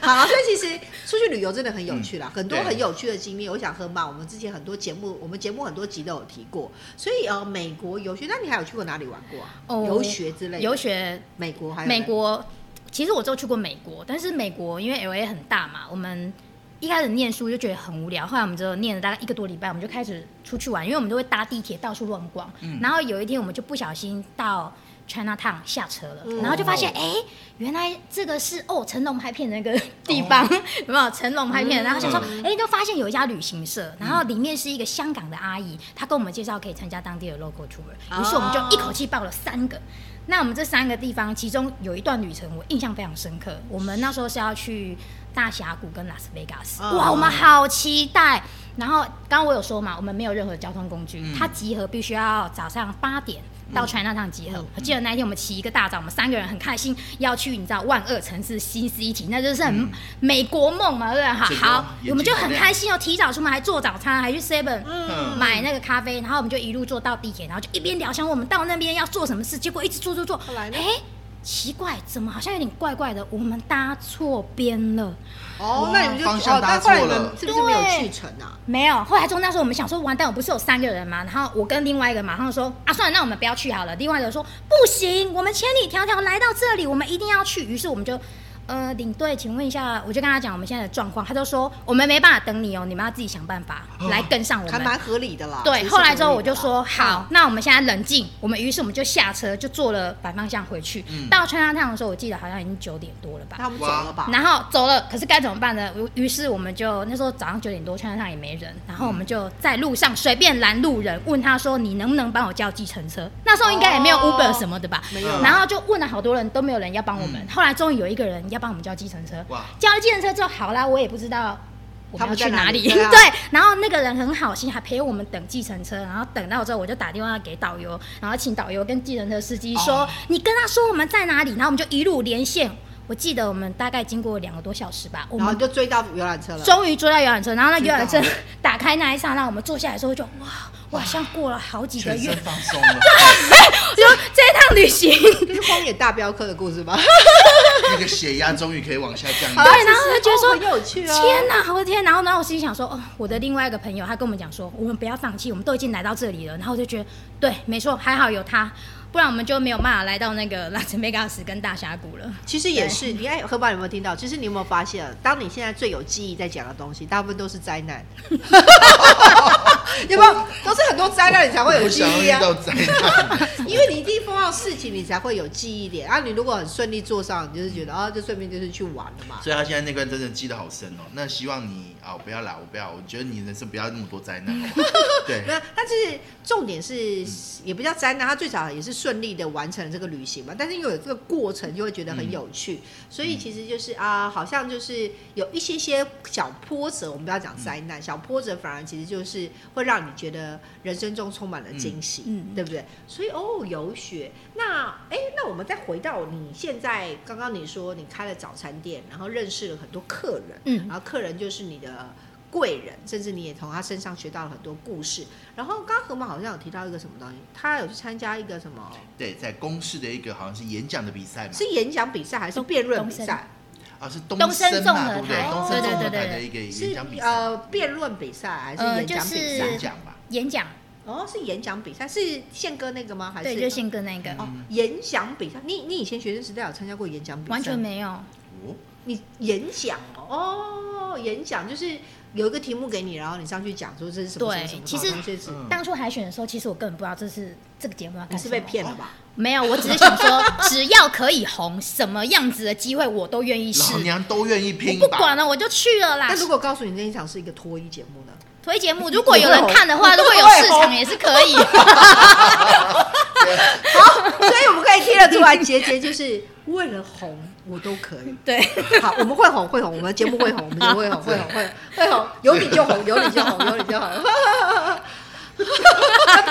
B: 好，所以其实出去旅游真的很有趣啦，很多
A: 嗯对
B: 很有趣的经历。我想河马，我们之前很多节目，我们节目很多集都有提过。所以呃，美国游学，那你还有去过哪里玩过啊？
C: 哦
B: 游学之类的。
C: 游学
B: 美国还有
C: 美
B: 呢，
C: 国，其实我只有去过美国，但是美国因为 L A 很大嘛，我们一开始念书就觉得很无聊，后来我们就念了大概一个多礼拜，我们就开始出去玩，因为我们都会搭地铁到处乱逛。
B: 嗯
C: 然后有一天我们就不小心到 China Town 下车了，
B: 嗯
C: 然后就发现哎、诶原来这个是哦成龙拍片的那个地方，
B: 哦
C: 有没有成龙拍
B: 嗯
C: 片？然后想说哎、诶就发现有一家旅行社，然后里面是一个香港的阿姨，她跟我们介绍可以参加当地的 local tour，于是
B: 哦
C: 我们就一口气报了三个。那我们这三个地方，其中有一段旅程我印象非常深刻。我们那时候是要去大峡谷跟拉斯维加斯，
B: 嗯
C: 哇，我们好期待。然后刚刚我有说嘛，我们没有任何交通工具，它集合必须要早上八点到 China Town 集合。我记得那一天我们起一个大早，我们三个人很开心要去，你知道万恶城市新 city，那就是很美国梦嘛，对不对？
A: 这个
C: 好，好
A: 眼睛
C: 我们就
A: 好
C: 很
A: 亮
C: 开心哦，提早出门还做早餐，还去 Seven，
A: 嗯
C: 买那个咖啡，然后我们就一路坐到地铁，然后就一边聊，想我们到那边要做什么事，结果一直坐坐坐，
B: 后来呢
C: 哎，奇怪，怎么好像有点怪怪的？我们搭错边了。
B: 哦，那你们就
A: 方向
B: 哦，
A: 搭
B: 那后来你
A: 错
B: 们
A: 了
B: 是不是没有
C: 对
B: 去成啊？
C: 没有，后来中那时候我们想说，完蛋，我不是有三个人吗？然后我跟另外一个马上说，啊，算了，那我们不要去好了。另外一个说，不行，我们千里迢迢来到这里，我们一定要去。于是我们就，呃，领队，请问一下，我就跟他讲我们现在的状况，他就说我们没办法等你哦，你们要自己想办法来跟上我
B: 还
C: 们。
B: 蛮合理的啦。其
C: 对，
B: 实
C: 后来之后
B: 合
C: 我
B: 理的
C: 就
B: 啦
C: 嗯说好，，那我们现在冷静。我们于是我们就下车，就坐了反方向回去。到川沙烫的时候，我记得好像已经九点多了
B: 嗯
C: 嗯吧。
B: 那我们走了吧。
C: 然后走了，可是该怎么办呢？于于是我们就那时候早上九点多，川上也没人，然后我们就在路上随便拦路人，问他说：“你能不能帮我叫计程车？”那时候应该也没有
B: 哦
C: Uber 什么的吧？
B: 没有
A: 嗯
B: 啦，
C: 然后就问了好多人，都没有人要帮我们。
B: 嗯
C: 后来终于有一个人要帮我们叫计程车
A: 哇，
C: 叫了计程车之后，好啦，我也不知道我
B: 他
C: 们要
B: 们在
C: 去
B: 哪
C: 里。
B: 里 对啊
C: 然后那个人很好心，还陪我们等计程车。然后等到之后，我就打电话给导游，然后请导游跟计程车司机说：“
A: 哦
C: 你跟他说我们在哪里。”然后我们就一路连线。我记得我们大概经过两个多小时吧，我
B: 然后
C: 们
B: 就追到游览车了。
C: 终于追到游览车，然后那游览车
B: 知道
C: 打开那一刹那，我们坐下来之后就哇，我好像过了好几个
A: 全
C: 月，
A: 身放松了，
C: 就这一趟旅行。
B: 这是《荒野大镖客》的故 事吧？
A: 那个血压终于可以往下降一
B: 好
A: 点
B: 啦。
C: 对然后
B: 其实
C: 就觉得说
B: 哦很有趣啊。
C: 天呐，我的天！然后呢，我心里想说，哦，我的另外一个朋友，他跟我们讲说，我们不要放弃，我们都已经来到这里了。然后我就觉得，对，没错，还好有他，不然我们就没有办法来到那个拉斯维加斯跟大峡谷了。
B: 其实也是，你看何宝有没有听到？其实你有没有发现，啊当你现在最有记忆在讲的东西，大部分都是灾难， 有没有？都是很多灾难，你才会有
A: 不
B: 记
A: 想要
B: 忆
A: 遇
B: 啊。
A: 到灾难，
B: 因为你一定碰到事情，你才会有记忆点。啊，你如果很顺利做上，你就是觉得啊，就顺便就是去玩了嘛。
A: 所以他现在那段真的记得好深哦。那希望你啊、不要啦，我不要，我觉得你人生不要那么多灾难， 好不好？对，
B: 那但是重点是也不叫灾难，他最少也是顺利的完成了这个旅行嘛。但是因为有这个过程，就会觉得很有趣，所以其实就是啊，好像就是有一些些小波折，我们不要讲灾难，小波折反而其实就是会让你觉得人生中充满了惊喜，
C: 嗯嗯
B: 对不对？所以哦，游学那哎、那我们再回到你现在刚刚你说你开了早餐店，然后认识了很多客人，
C: 嗯
B: 然后客人就是你的贵人，甚至你也从他身上学到了很多故事。然后刚刚河马好像有提到一个什么东西，他有去参加一个什么，
A: 对，在公视的一个好像是演讲的比赛嘛，
B: 是演讲比赛还是
C: 东
B: 辩论
C: 东
B: 比
C: 森
B: 赛？
A: 啊是东
C: 东
A: 森
C: 森
A: 嘛，
C: 综合
A: 对不对？
C: 台
A: 东森
B: 对
A: 综合
C: 对对
A: 台的
C: 对
A: 一个演
B: 是
A: 讲比赛，
B: 呃辩论比赛还是
C: 呃
B: 演讲
C: 就
B: 比赛？
A: 演
C: 是
A: 讲吧，
C: 演讲，
B: 哦，是演讲比赛，是宪哥那个吗？还是
C: 对，就宪哥那个、
B: 哦
A: 嗯
B: 演讲比赛？你你以前学生时代有参加过演讲比赛吗？
C: 完全没有。
A: 哦，
B: 你演讲哦，哦，演讲就是有一个题目给你，然后你上去讲说这是什么什
C: 对
B: 么什么，
C: 其实
B: 然后就是
A: 嗯
C: 当初海选的时候，其实我根本不知道这是这个节目要
B: 你
C: 干什
B: 是
C: 么
B: 被骗了吧？
C: 没有，我只是想说，只要可以红，什么样子的机会我都愿意试
A: 老。娘都愿意拼
C: 我不
A: 吧。
C: 管啊了，我就去了啦
B: 那。如果告诉你那一场是一个脱衣节 目呢？
C: 推节目，如果有人看的话，如果有市场也是可以。
B: 所以我们可以听得出来，杰杰就是为了红我都可 以。
C: 对，
B: 好，我们会红会红，我们节目会红，我们节目会红会红会会红，有你就红，有你就红，有你就 红。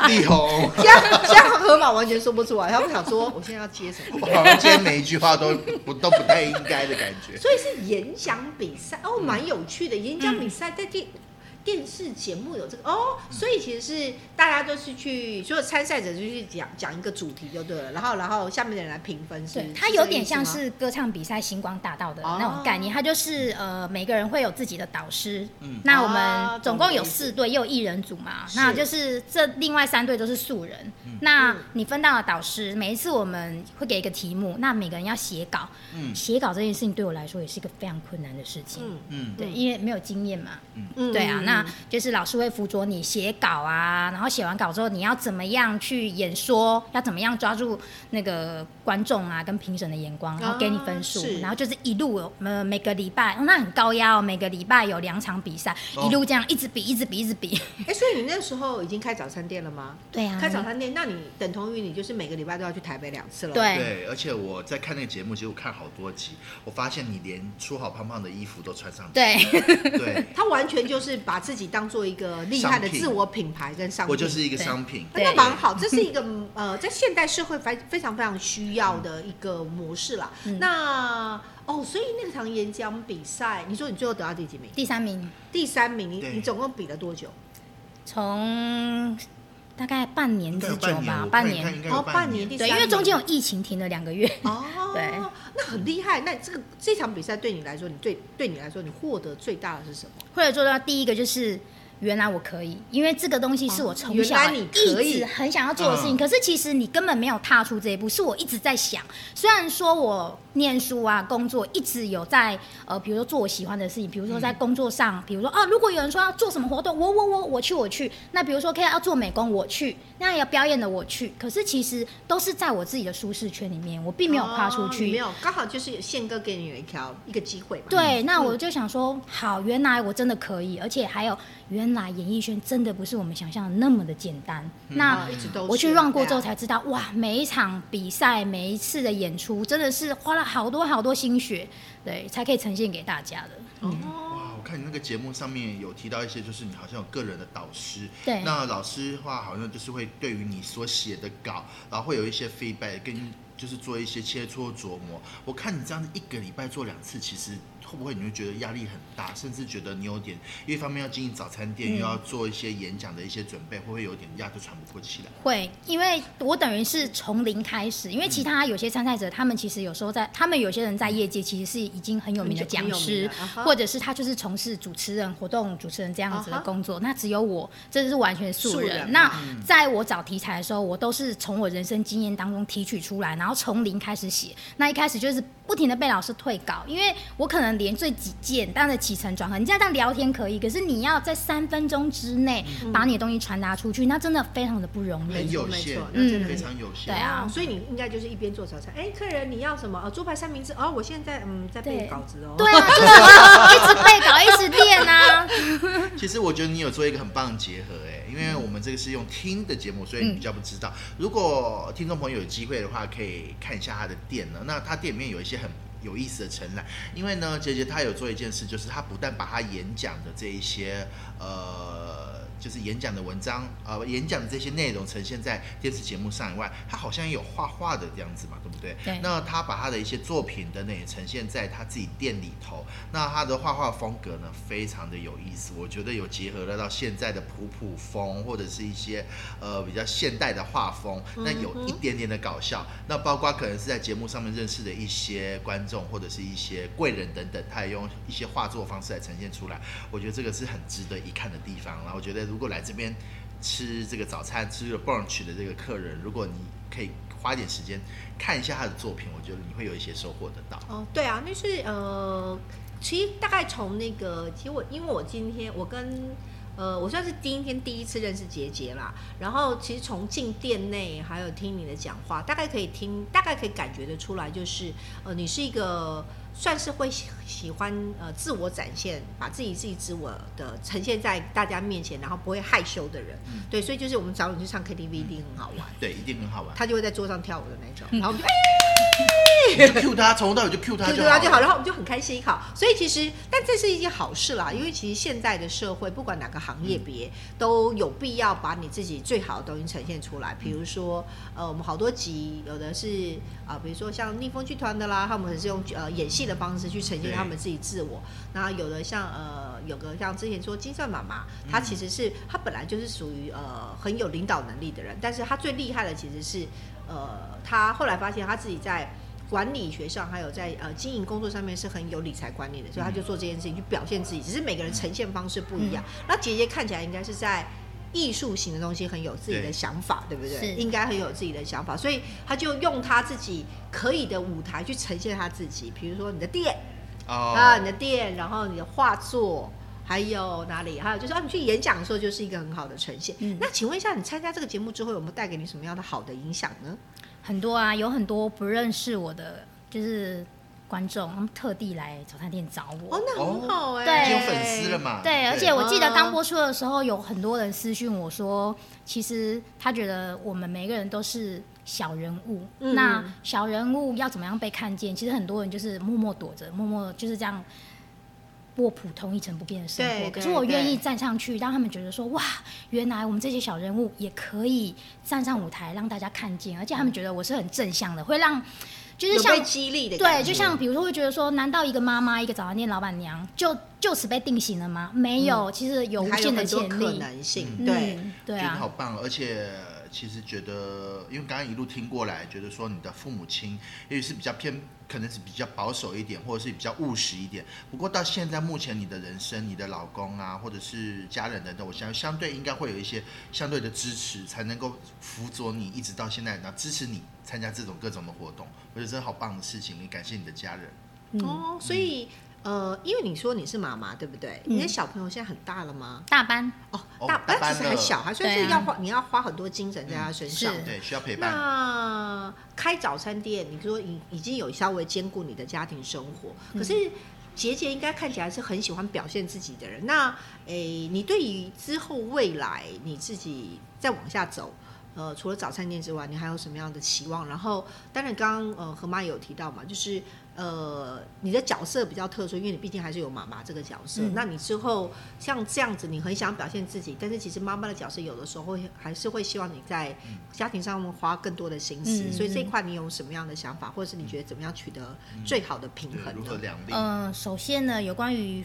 A: 力宏，
B: 这样这样河马完全说不出来，他们想说我现在要接什么。
A: 我好像今天每一句话都不都不太应该的感 觉。
B: 所以是演讲比赛哦，
C: 嗯
B: 蛮有趣的。演讲比赛在电、电视节目有这个哦，
C: 嗯
B: 所以其实是大家都是去，所有参赛者就去讲讲一个主题就对了，然后然后下面的人来评分是，
C: 对
B: 是，
C: 它
B: 这
C: 有
B: 个
C: 点
B: 意思
C: 像
B: 吗哦
C: 是歌唱比赛星光大道的那种概念，它就是呃每个人会有自己的导师。
A: 嗯
C: 那我
B: 啊
C: 们总共有
B: 懂你的意思
C: 四队，也有艺人组嘛，
B: 是嗯
C: 那就是这另外三队都是素人。那你分到的导师，每一次我们会给一个题目，那每个人要写稿。
A: 嗯
C: 写稿这件事情对我来说也是一个非常困难的事情。
B: 嗯
A: 嗯
C: 对，因为没有经验嘛，
B: 嗯
C: 对啊，那
B: 嗯
C: 就是老师会辅佐你写稿啊，然后写完稿之后你要怎么样去演说，要怎么样抓住那个观众啊跟评审的眼光，然后给你分
A: 哦
C: 数，
B: 啊是
C: 然后就是一路呃每个礼拜、哦那很高压哦，每个礼拜有两场比赛，
A: 哦
C: 一路这样一直比一直比一直 比，
B: 哎、所以你那时候已经开早餐店了吗？
C: 对啊，
B: 开早餐店，那你等同于你就是每个礼拜都要去台北两次了。
C: 对
A: 对，而且我在看那个节目，其实我看好多集，我发现你连出好胖胖的衣服都穿上去。
C: 对
A: 对，
B: 他完全就是把自己当做一个厉害的
A: 商品
B: 自我品牌跟商品。
A: 我就是一个商品。
B: 那
C: 对
B: 那蛮好，这是一个呃，在现代社会非非常非常需要的一个模式啦。
C: 嗯
B: 那哦，所以那场演讲比赛，你说你最后得到第几名？
C: 第三名
B: 第三名，你
A: 对
B: 你总共比了多久？
C: 从大概半年
A: 应该
C: 之
A: 有
C: 久
A: 半年，我，
C: 吧半
A: 看一看应
C: 年，
A: 该有
B: 哦半年
A: 年
B: 第
C: 对，因
B: 三
C: 为
B: 名
C: 中间有疫情停了两个月，
B: 哦，
C: 对，
B: 那很厉害。那这个这场比赛对你来说，你最对你来说，你获得最大的是什么？
C: 或者做到第一个就是。原来我可以，因为这个东西是我从小
B: 哦原来你可以
C: 一直很想要做的事情。
A: 嗯
C: 可是其实你根本没有踏出这一步，是我一直在想。虽然说我念书啊、工作一直有在呃，比如说做我喜欢的事情，比如说在工作上，比如说啊，如果有人说要做什么活动，我我我我去我去。那比如说可以要做美工，我去；那要表演的我去。可是其实都是在我自己的舒适圈里面，我并没有跨出
B: 哦
C: 去。
B: 你没有，刚好就是宪哥给你了一条一个机会嘛。
C: 对，那
B: 嗯
C: 我就想说，好，原来我真的可以，而且还有，原来演艺圈真的不是我们想象的那么的简单。那
B: 啊，一直都
C: 我
B: 是
C: 去 run 过
B: 对啊
C: 之后才知道，哇，每一场比赛、每一次的演出，真的是花了好多好多心血，对，才可以呈现给大家的。嗯
B: 哦，
A: 哇，我看你那个节目上面有提到一些，就是你好像有个人的导师，
C: 对
A: 那老师的话好像就是会对于你所写的稿，然后会有一些 feedback，跟就是做一些切磋琢磨。我看你这样子一个礼拜做两次，其实会不会你会觉得压力很大，甚至觉得你有点，一方面要经营早餐店，
C: 嗯
A: 又要做一些演讲的一些准备，会不会有点压得喘不过气来？
C: 会，因为我等于是从零开始，因为
B: 嗯
C: 其他有些参赛者，他们其实有时候在，他们有些人在业界其实是已经很有名的
B: 很有
C: 讲
B: 名
C: 师
B: 了啊，哈
C: 或者是他就是从事主持人、活动主持人这样子的
B: 啊哈
C: 工作。那只有我，这是完全素
B: 素
C: 人。
B: 人啊
C: 那
B: 嘛
C: 在我找题材的时候，我都是从我人生经验当中提取出来，然后从零开始写。那一开始就是不停的被老师退稿，因为我可能连最几简单的起承转合，你这样这样聊天可以，可是你要在三分钟之内把你的东西传达出去，那真的非常的不容易。
A: 很有
B: 嗯没错
A: 限，
B: 那
C: 真的
A: 非
B: 很
A: 常有限。
C: 对啊
B: 哦所以你应该就是一边做早餐，哎，客人你要什么？哦，猪排三明治。哦，我现在嗯在背
C: 对
B: 稿子哦。
C: 对啊，就是我一直背稿，一直 练啊。
A: 其实我觉得你有做一个很棒的结合、哎，因为我们这个是用听的节目，所以你比较不知道。如果听众朋友有机会的话，可以看一下他的店呢。那他店里面有一些很有意思的承揽，因为呢，杰杰他有做一件事，就是他不但把他演讲的这一些呃。就是演讲的文章，呃，演讲的这些内容呈现在电视节目上以外，他好像也有画画的这样子嘛，对不对？
C: 对
A: 那他把他的一些作品等等也呈现在他自己店里头。那他的画画风格呢，非常的有意思，我觉得有结合得到现在的普普风，或者是一些呃比较现代的画风，那有一点点的搞笑。那包括可能是在节目上面认识的一些观众或者是一些贵人等等，他也用一些画作方式来呈现出来。我觉得这个是很值得一看的地方。然后我觉得如果来这边吃这个早餐、吃这个 brunch 的这个客人，如果你可以花一点时间看一下他的作品，我觉得你会有一些收获得到。
B: 哦，对啊，那是呃，其实大概从那个，其实我因为我今天我跟呃，我算是第一天第一次认识杰杰啦。然后其实从进店内还有听你的讲话，大概可以听，大概可以感觉得出来，就是呃，你是一个算是会喜喜欢呃自我展现，把自己自己自我的呈现在大家面前，然后不会害羞的人。
A: 嗯
B: 对，所以就是我们找你去唱 KTV 一定很好玩，
A: 对，一定很好玩。
B: 他就会在桌上跳舞的那种，然后我们就哎。
A: 你就 Q 他，从头到尾就 Q 他
B: 对
A: 就
B: 对啊
A: 好
B: 就好，
A: 了。
B: 然后我们就很开心好，所以其实，但这是一件好事啦，因为其实现在的社会，不管哪个行业别，都有必要把你自己最好的东西呈现出
A: 嗯
B: 来。比如说，呃，我们好多集，有的是啊、比如说像逆风剧团的啦，他们是用呃演戏的方式去呈现
A: 对
B: 他们自己自我。那有的像呃，有个像之前说金算妈妈，她其实是她本来就是属于呃很有领导能力的人，但是她最厉害的其实是呃，她后来发现她自己在。管理学上，还有在呃经营工作上面是很有理财观念的，所以他就做这件事情去表现自己。只是每个人呈现方式不一样。那姐姐看起来应该是在艺术型的东西很有自己的
A: 对
B: 想法，对不对？
C: 是
B: 应该很有自己的想法，所以他就用他自己可以的舞台去呈现他自己，比如说你的店啊，
A: 哦
B: 你，的店，然后你的画作。还有哪里？还有就是，啊，你去演讲的时候，就是一个很好的呈现。
C: 嗯
B: 那请问一下，你参加这个节目之后，有没有带给你什么样的好的影响呢？
C: 很多啊，有很多不认识我的就是观众，他们特地来早餐店找我。
B: 哦，那很好哎、
A: 已
C: 对
A: 经有粉丝了嘛？
C: 哎对，而且我记得
B: 嗯
C: 刚播出的时候，有很多人私讯我说，其实他觉得我们每个人都是小人物，
B: 嗯
C: 那小人物要怎么样被看见？其实很多人就是默默躲着，默默就是这样过普通一成不变的生
B: 对
C: 活。可是
B: 对
C: 我愿
B: 对
C: 意站上去，让他们觉得说，哇，原来我们这些小人物也可以站上舞台，让大家看见，而且他们觉得我是很正向的，会让就是
B: 嗯有
C: 像
B: 被激励的感
C: 对，
B: 觉，
C: 就像比如说会觉得说，难道一个妈妈、一个早餐店老板娘就就此被定型了吗？没有，其实有无
B: 嗯还
C: 限的
B: 很多
C: 潜
B: 可
C: 力。
B: 能性，
C: 嗯
B: 对。
C: 对
A: 觉得
C: 啊
A: 好，棒哦，而且其实觉得，因为刚刚一路听过来，觉得说你的父母亲也许是比较偏，可能是比较保守一点，或者是比较务实一点。不过到现在目前你的人生，你的老公啊，或者是家人等等，我相相对应该会有一些相对的支持，才能够辅佐你一直到现在，然后支持你参加这种各种的活动。我觉得这是好棒的事情，也感谢你的家人。
C: 嗯，
B: 哦，所以呃，因为你说你是妈妈，对不对？
C: 嗯
B: 你的小朋友现在很大了吗？
C: 大班
B: 哦，
A: 哦
B: 大，
A: 大
B: 但
A: 班
B: 其实还
A: 了
B: 小，还算
C: 对
B: 是
C: 啊
B: 要花，你要花很多精神在他身上
C: 是
B: 的。
A: 对，需要陪伴。
B: 那开早餐店，你说已已经有稍微兼顾你的家庭生活，
A: 嗯
B: 可是杰杰应该看起来是很喜欢表现自己的人。那诶，你对于之后未来你自己再往下走，呃，除了早餐店之外，你还有什么样的期望？然后，当然刚刚呃何妈也有提到嘛，就是呃你的角色比较特殊，因为你毕竟还是有妈妈这个角色。
C: 嗯
B: 那你之后像这样子，你很想表现自己，但是其实妈妈的角色有的时候会还是会希望你在家庭上面花更多的心思。
C: 嗯
B: 所以这一块你有什么样的想法，或者是你觉得怎么样取得最好的平
A: 对，
B: 衡
A: 如何
B: 呢？
A: 两利？
C: 嗯，首先呢，有关于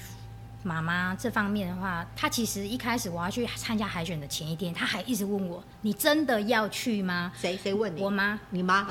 C: 妈妈这方面的话，她其实一开始我要去参加海选的前一天，她还一直问我：“你真的要去吗
B: 谁谁问？”你
C: 我？妈
B: 你妈？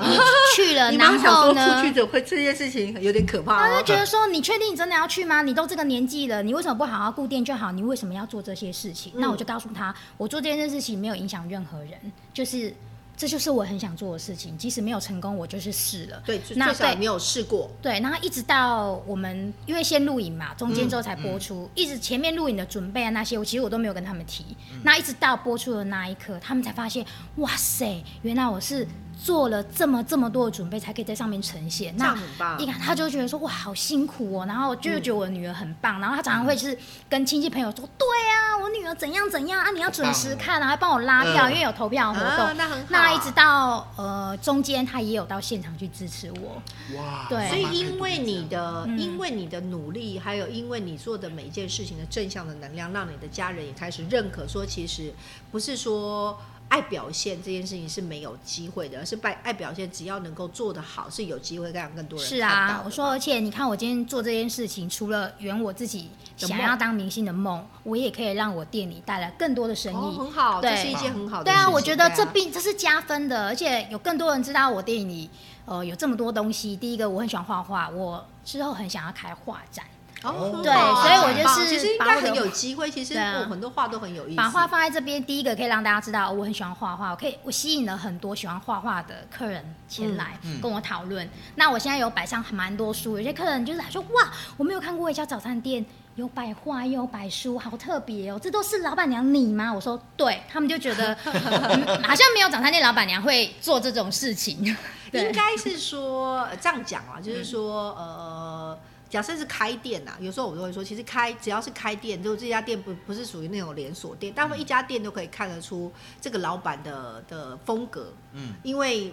C: 去 了，
B: 你妈
C: 然
B: 想说
C: 后呢
B: 出？去的会这件事情有点可怕
C: 他
B: 哦
C: 就。觉得说，你确定你真的要去吗？你都这个年纪了，你为什么不好好顾店就好？你为什么要做这些事情？
B: 嗯
C: 那我就告诉他，我做这件事情没有影响任何人，就是这就是我很想做的事情，即使没有成功，我就是试了。
B: 对，最
C: 那
B: 最少
C: 对
B: 你有试过。
C: 对，然后一直到我们因为先录影嘛，中
B: 嗯
C: 间之后才播出，一直前面录影的准备啊那些，我其实我都没有跟他们提。
B: 嗯
C: 那一直到播出的那一刻，他们才发现，哇塞，原来我是做了这么这么多的准备，才可以在上面呈现。
B: 这样
C: 那
B: 很棒
C: 一看他就觉得说，哇，好辛苦哦。然后就觉得我的女儿很棒，然后他常常会是跟亲戚朋友说，对啊，我女儿怎样怎样啊，你要准时
A: 好棒哦
C: 看，然后还帮我拉票，
A: 嗯
C: 因为有投票活动。
B: 啊那很好
C: 那一直到呃中间，他也有到现场去支持我。
A: 哇，
C: 对
B: 所
A: 妈妈
B: 以
A: 态度
B: 因为
A: 是这
B: 你
A: 样
B: 的、
C: 嗯
B: 因为你的努力，还有因为你做的每一件事情的正向的能量，让你的家人也开始认可，说其实不是说。爱表现这件事情是没有机会的，而是爱爱表现，只要能够做得好，是有机会让更多人
C: 是
B: 看到
C: 啊
B: 的，
C: 我说，而且你看，我今天做这件事情，除了圆我自己
B: 的
C: 想
B: 梦
C: 要当明星的梦，我也可以让我店里带来更多的生
B: 哦，
C: 意。
B: 很好，这
C: 对
B: 是一件很好的
C: 对
B: 事
C: 啊，
B: 情
C: 我觉得
B: 对啊
C: 这并这是加分的，而且有更多人知道我店里呃有这么多东西。第一个，我很喜欢画画，我之后很想要开画展，
B: 哦，很
A: 对
B: 好啊
A: 所以我
B: 很
A: 就
B: 棒
C: 是
B: 其实应
C: 把
B: 该
C: 我的
B: 很有机会，其实
C: 对啊
B: 我很多话都很有意思，
C: 把画放在这边。第一个可以让大家知道、哦我很喜欢画画，我可以我吸引了很多喜欢画画的客人前来
A: 嗯嗯
C: 跟我讨论。那我现在有摆上蛮多书，有些客人就是他说哇，我没有看过一家早餐店有摆画又有摆书，好特别哦，这都是老板娘你吗？我说对，他们就觉得、嗯好像没有早餐店老板娘会做这种事情。
B: 应
C: 对，
B: 该是说呃这样讲啊，就是说呃，假设是开店呐、啊，有时候我都会说，其实开只要是开店，就这家店不不是属于那种连锁店，但他们一家店都可以看得出这个老板的的风格，
A: 嗯，
B: 因为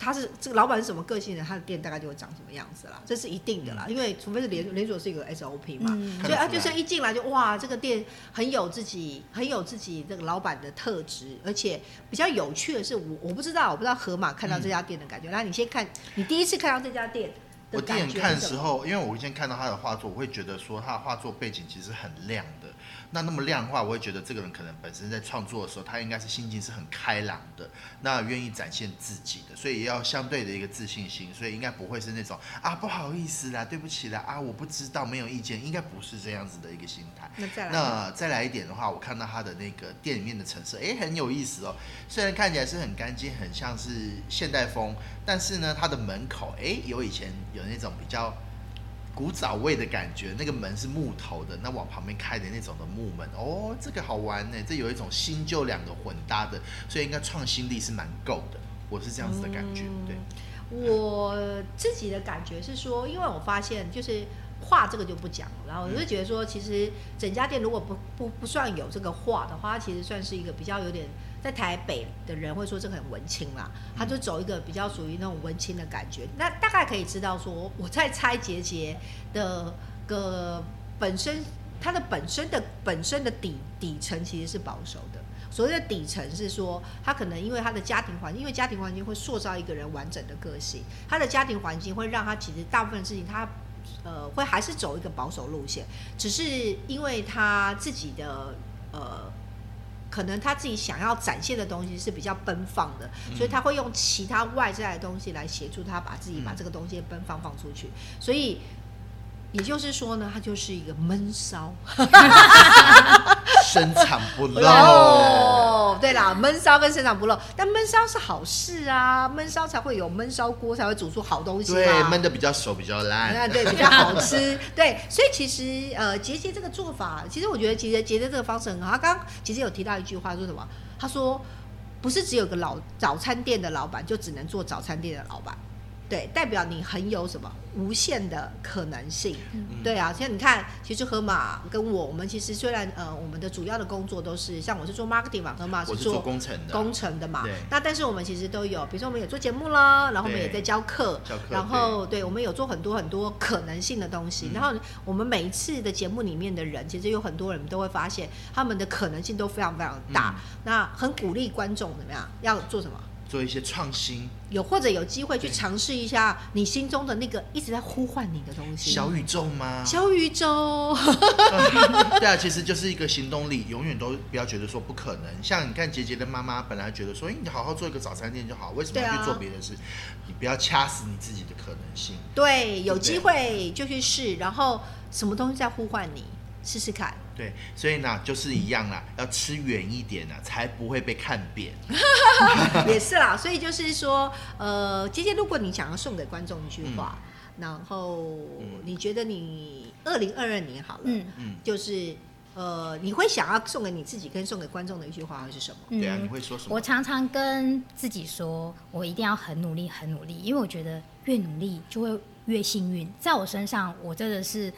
B: 他是这个老板是什么个性的，他的店大概就会长什么样子啦，这是一定的啦，因为除非是连连锁是一个 SOP 嘛，
C: 嗯
B: 所以啊，
A: 嗯看得出
B: 就
A: 来
B: 是一进来就哇，这个店很有自己，很有自己这个老板的特质，而且比较有趣的是，我我不知道，我不知道河马看到这家店的感觉。那、你先看，你第一次看到这家店的
A: 嗯我第一
B: 感
A: 眼
B: 觉
A: 看的
B: 是什
A: 时
B: 么，
A: 候，因为我先看到他的画作，我会觉得说他的画作背景其实很亮的。那那么亮的话，我会觉得这个人可能本身在创作的时候，他应该是心情是很开朗的，那愿意展现自己的，所以也要相对的一个自信心，所以应该不会是那种啊不好意思啦，对不起啦，啊我不知道，没有意见，应该不是这样子的一个心态。
B: 那再来呢，
A: 那再来一点的话，我看到它的那个店里面的陈设，诶，很有意思哦。虽然看起来是很干净，很像是现代风，但是呢，它的门口，诶，有以前有那种比较古早味的感觉。那个门是木头的，那往旁边开的那种的木门，哦，这个好玩呢。这有一种新旧两个混搭的，所以应该创新力是蛮够的。我是这样子的感觉，
B: 嗯
A: 对，
B: 我自己的感觉是说，因为我发现就是。画这个就不讲了，然后我就觉得说，其实整家店如果不不不算有这个画的话，它其实算是一个比较有点在台北的人会说这个很文青啦，他就走一个比较属于那种文青的感觉。那大概可以知道说，我在猜杰杰的个本身，他的本身的本身的底底层其实是保守的。所谓的底层是说，他可能因为他的家庭环境，因为家庭环境会塑造一个人完整的个性，他的家庭环境会让他其实大部分事情他呃会还是走一个保守路线，只是因为他自己的呃。可能他自己想要展现的东西是比较奔放的，所以他会用其他外在的东西来协助他把自己把
A: 嗯
B: 这个东西奔放放出去。所以也就是说呢，他就是一个闷骚。
A: 深藏不露。
B: 哦，对啦，闷烧跟生长不漏，但闷烧是好事啊，闷烧才会有闷烧锅，才会煮出好东西嘛。
A: 对，闷的比较熟，比较烂。
B: 啊，对，比较好吃。对，所以其实呃，杰杰这个做法，其实我觉得杰杰杰杰这个方式很好。他刚刚其实有提到一句话，说什么？他说不是只有个老早餐店的老板，就只能做早餐店的老板。对，代表你很有什么无限的可能性。
A: 嗯
B: 对啊，像你看，其实河马跟我，我们其实虽然呃，我们的主要的工作都是像我是做 marketing 嘛，河马
A: 我是
B: 做
A: 做工程的，
B: 工程的嘛
A: 对。
B: 那但是我们其实都有，比如说我们有做节目啦，然后我们
A: 对
B: 也在教课，
A: 教课
B: 然后对我们有做很多很多可能性的东西。
A: 嗯
B: 然后我们每一次的节目里面的人，其实有很多人都会发现他们的可能性都非常非常大。
A: 嗯
B: 那很鼓励观众怎么样要做什么？
A: 做一些创新。
B: 有或者有机会去
A: 对
B: 尝试一下你心中的那个一直在呼唤你的东西。
A: 小啊宇宙吗？
B: 小宇宙，
A: 对啊，其实就是一个行动力，永远都不要觉得说不可能。像你看杰杰的妈妈，本来觉得说，哎、你好好做一个早餐店就好，为什么
B: 对
A: 要
B: 啊
A: 去做别的事？你不要掐死你自己的可能性。
B: 对，有
A: 对
B: 机会就去试，然后什么东西在呼唤你，试试看。
A: 对，所以呢，就是一样啦，要吃远一点啦，才不会被看扁。
B: 也是啦，所以就是说，呃，姐姐，如果你想要送给观众一句话，然后
A: 嗯
B: 你觉得你二零二二年好了，
C: 嗯
A: 嗯，
B: 就是呃，你会想要送给你自己跟送给观众的一句话会是什么？
A: 对啊，你
C: 嗯，
A: 会说什么
C: 我？常常跟自己说，我一定要很努力，很努力，因为我觉得越努力就会越幸运。在我身上，我真的是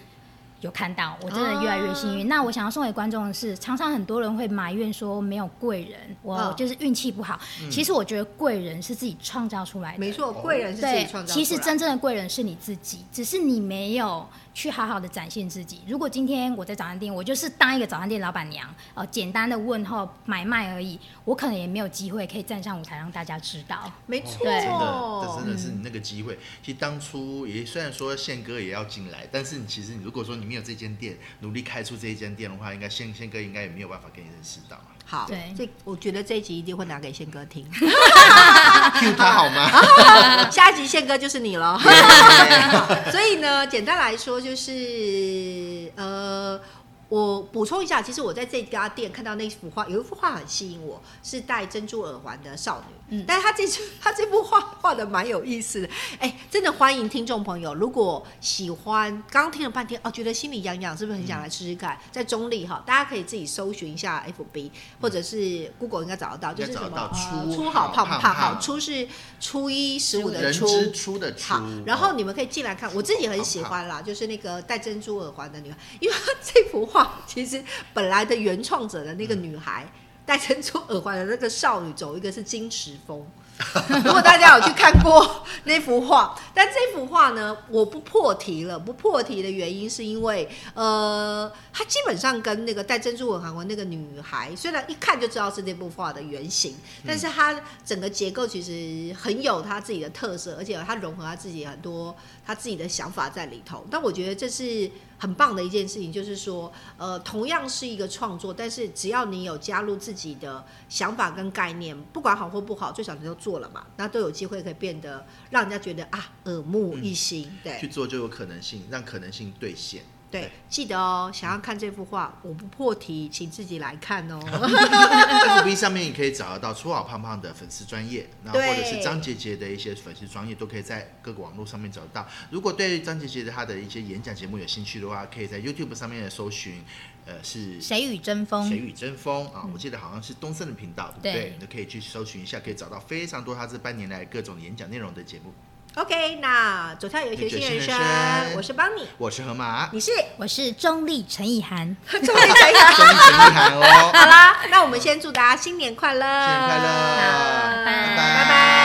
C: 有看到，我真的越来越幸
B: 哦
C: 运。那我想要送给观众的是，常常很多人会埋怨说没有贵人，我
B: 嗯
C: 就是运气不好。其实我觉得贵人是自己创造出来的，
B: 没错，贵人是自己
C: 对
B: 创，造出来
C: 其
B: 的。
C: 实真正的贵人是你自己，只是你没有去好好的展现自己。如果今天我在早餐店，我就是当一个早餐店老板娘，哦、简单的问候买卖而已，我可能也没有机会可以站上舞台让大家知道。
B: 没
A: 哦
B: 错，
A: 真
C: 对
A: 的，这真的是你那个机会。其实当初也虽然说宪哥也要进来，但是你其实你如果说你没有这间店，努力开出这一间店的话，应该宪宪哥应该也没有办法给你认识到啊。
B: 好，
C: 对
B: 这我觉得这一集一定会拿给宪哥听，
A: Q 他好 吗？
B: 啊下一集宪哥就是你了。 所以呢，简单来说就是呃，我补充一下，其实我在这家店看到那幅画，有一幅画很吸引我，是戴珍珠耳环的少女。嗯，但是她这 她这幅画画的蛮有意思的。哎，真的欢迎听众朋友，如果喜欢，刚刚听了半天哦，觉得心里痒痒，是不是很想来吃吃看？在中立哈，大家可以自己搜寻一下 FB 或者是 Google 应该找得到，就是
A: 应该找
B: 什
A: 得
B: 么
A: 到
B: 呃
A: 初
B: 初
A: 好
B: 好胖
A: 胖
B: 胖
A: 胖
B: 好初是初一十五的
A: 人
B: 初。
A: 之初嗯的初哦
B: 好，，然后你们可以进来看，我自己很喜欢啦，就是那个戴珍珠耳环的女孩，因为她这幅画其实本来的原创者的那个女孩。
A: 嗯
B: 戴珍珠耳环的那个少女走一个是金石风， 如果大家有去看过那幅画，但这幅画呢，我不破题了。不破题的原因是因为，呃，它基本上跟那个戴珍珠吻韩国那个女孩，虽然一看就知道是那幅画的原型，但是它整个结构其实很有它自己的特色，而且它融合它自己很多他自己的想法在里头。但我觉得这是很棒的一件事情，就是说，呃，同样是一个创作，但是只要你有加入自己的想法跟概念，不管好或不好，最少你都做了嘛，那都有机会可以变得让人家觉得啊耳目一新。
A: 去
B: 对
A: 做就有可能性，让可能性兑 现。
B: 对，记得哦，想要看这幅画，我不破题，请自己来看 哦。
A: FB 上面也可以找得到初好胖胖的粉丝专业，那或
B: 对
A: 者是张杰杰的一些粉丝专业，都可以在各个网络上面找得到。如果对张杰杰的他的一些演讲节目有兴趣的话，可以在 YouTube 上面搜寻，呃，是
C: 谁与争锋
A: 谁？与争锋啊，
B: 嗯
A: 我记得好像是东森的频道，对不对
C: 对？
A: 你都可以去搜寻一下，可以找到非常多他这半年来各种演讲内容的节
B: 哎
A: 目。
B: OK，那走跳有学新人
A: 有学新人
B: 生，
A: 生
B: 我是邦尼，
A: 我是河马，
B: 你 是
C: 我是中立陈以涵，
B: 终于可以了。
A: 终于很厉害哦，
B: 好啦，那我们先祝大家新年快乐，
A: 新年快乐，
C: 好拜
B: 拜拜。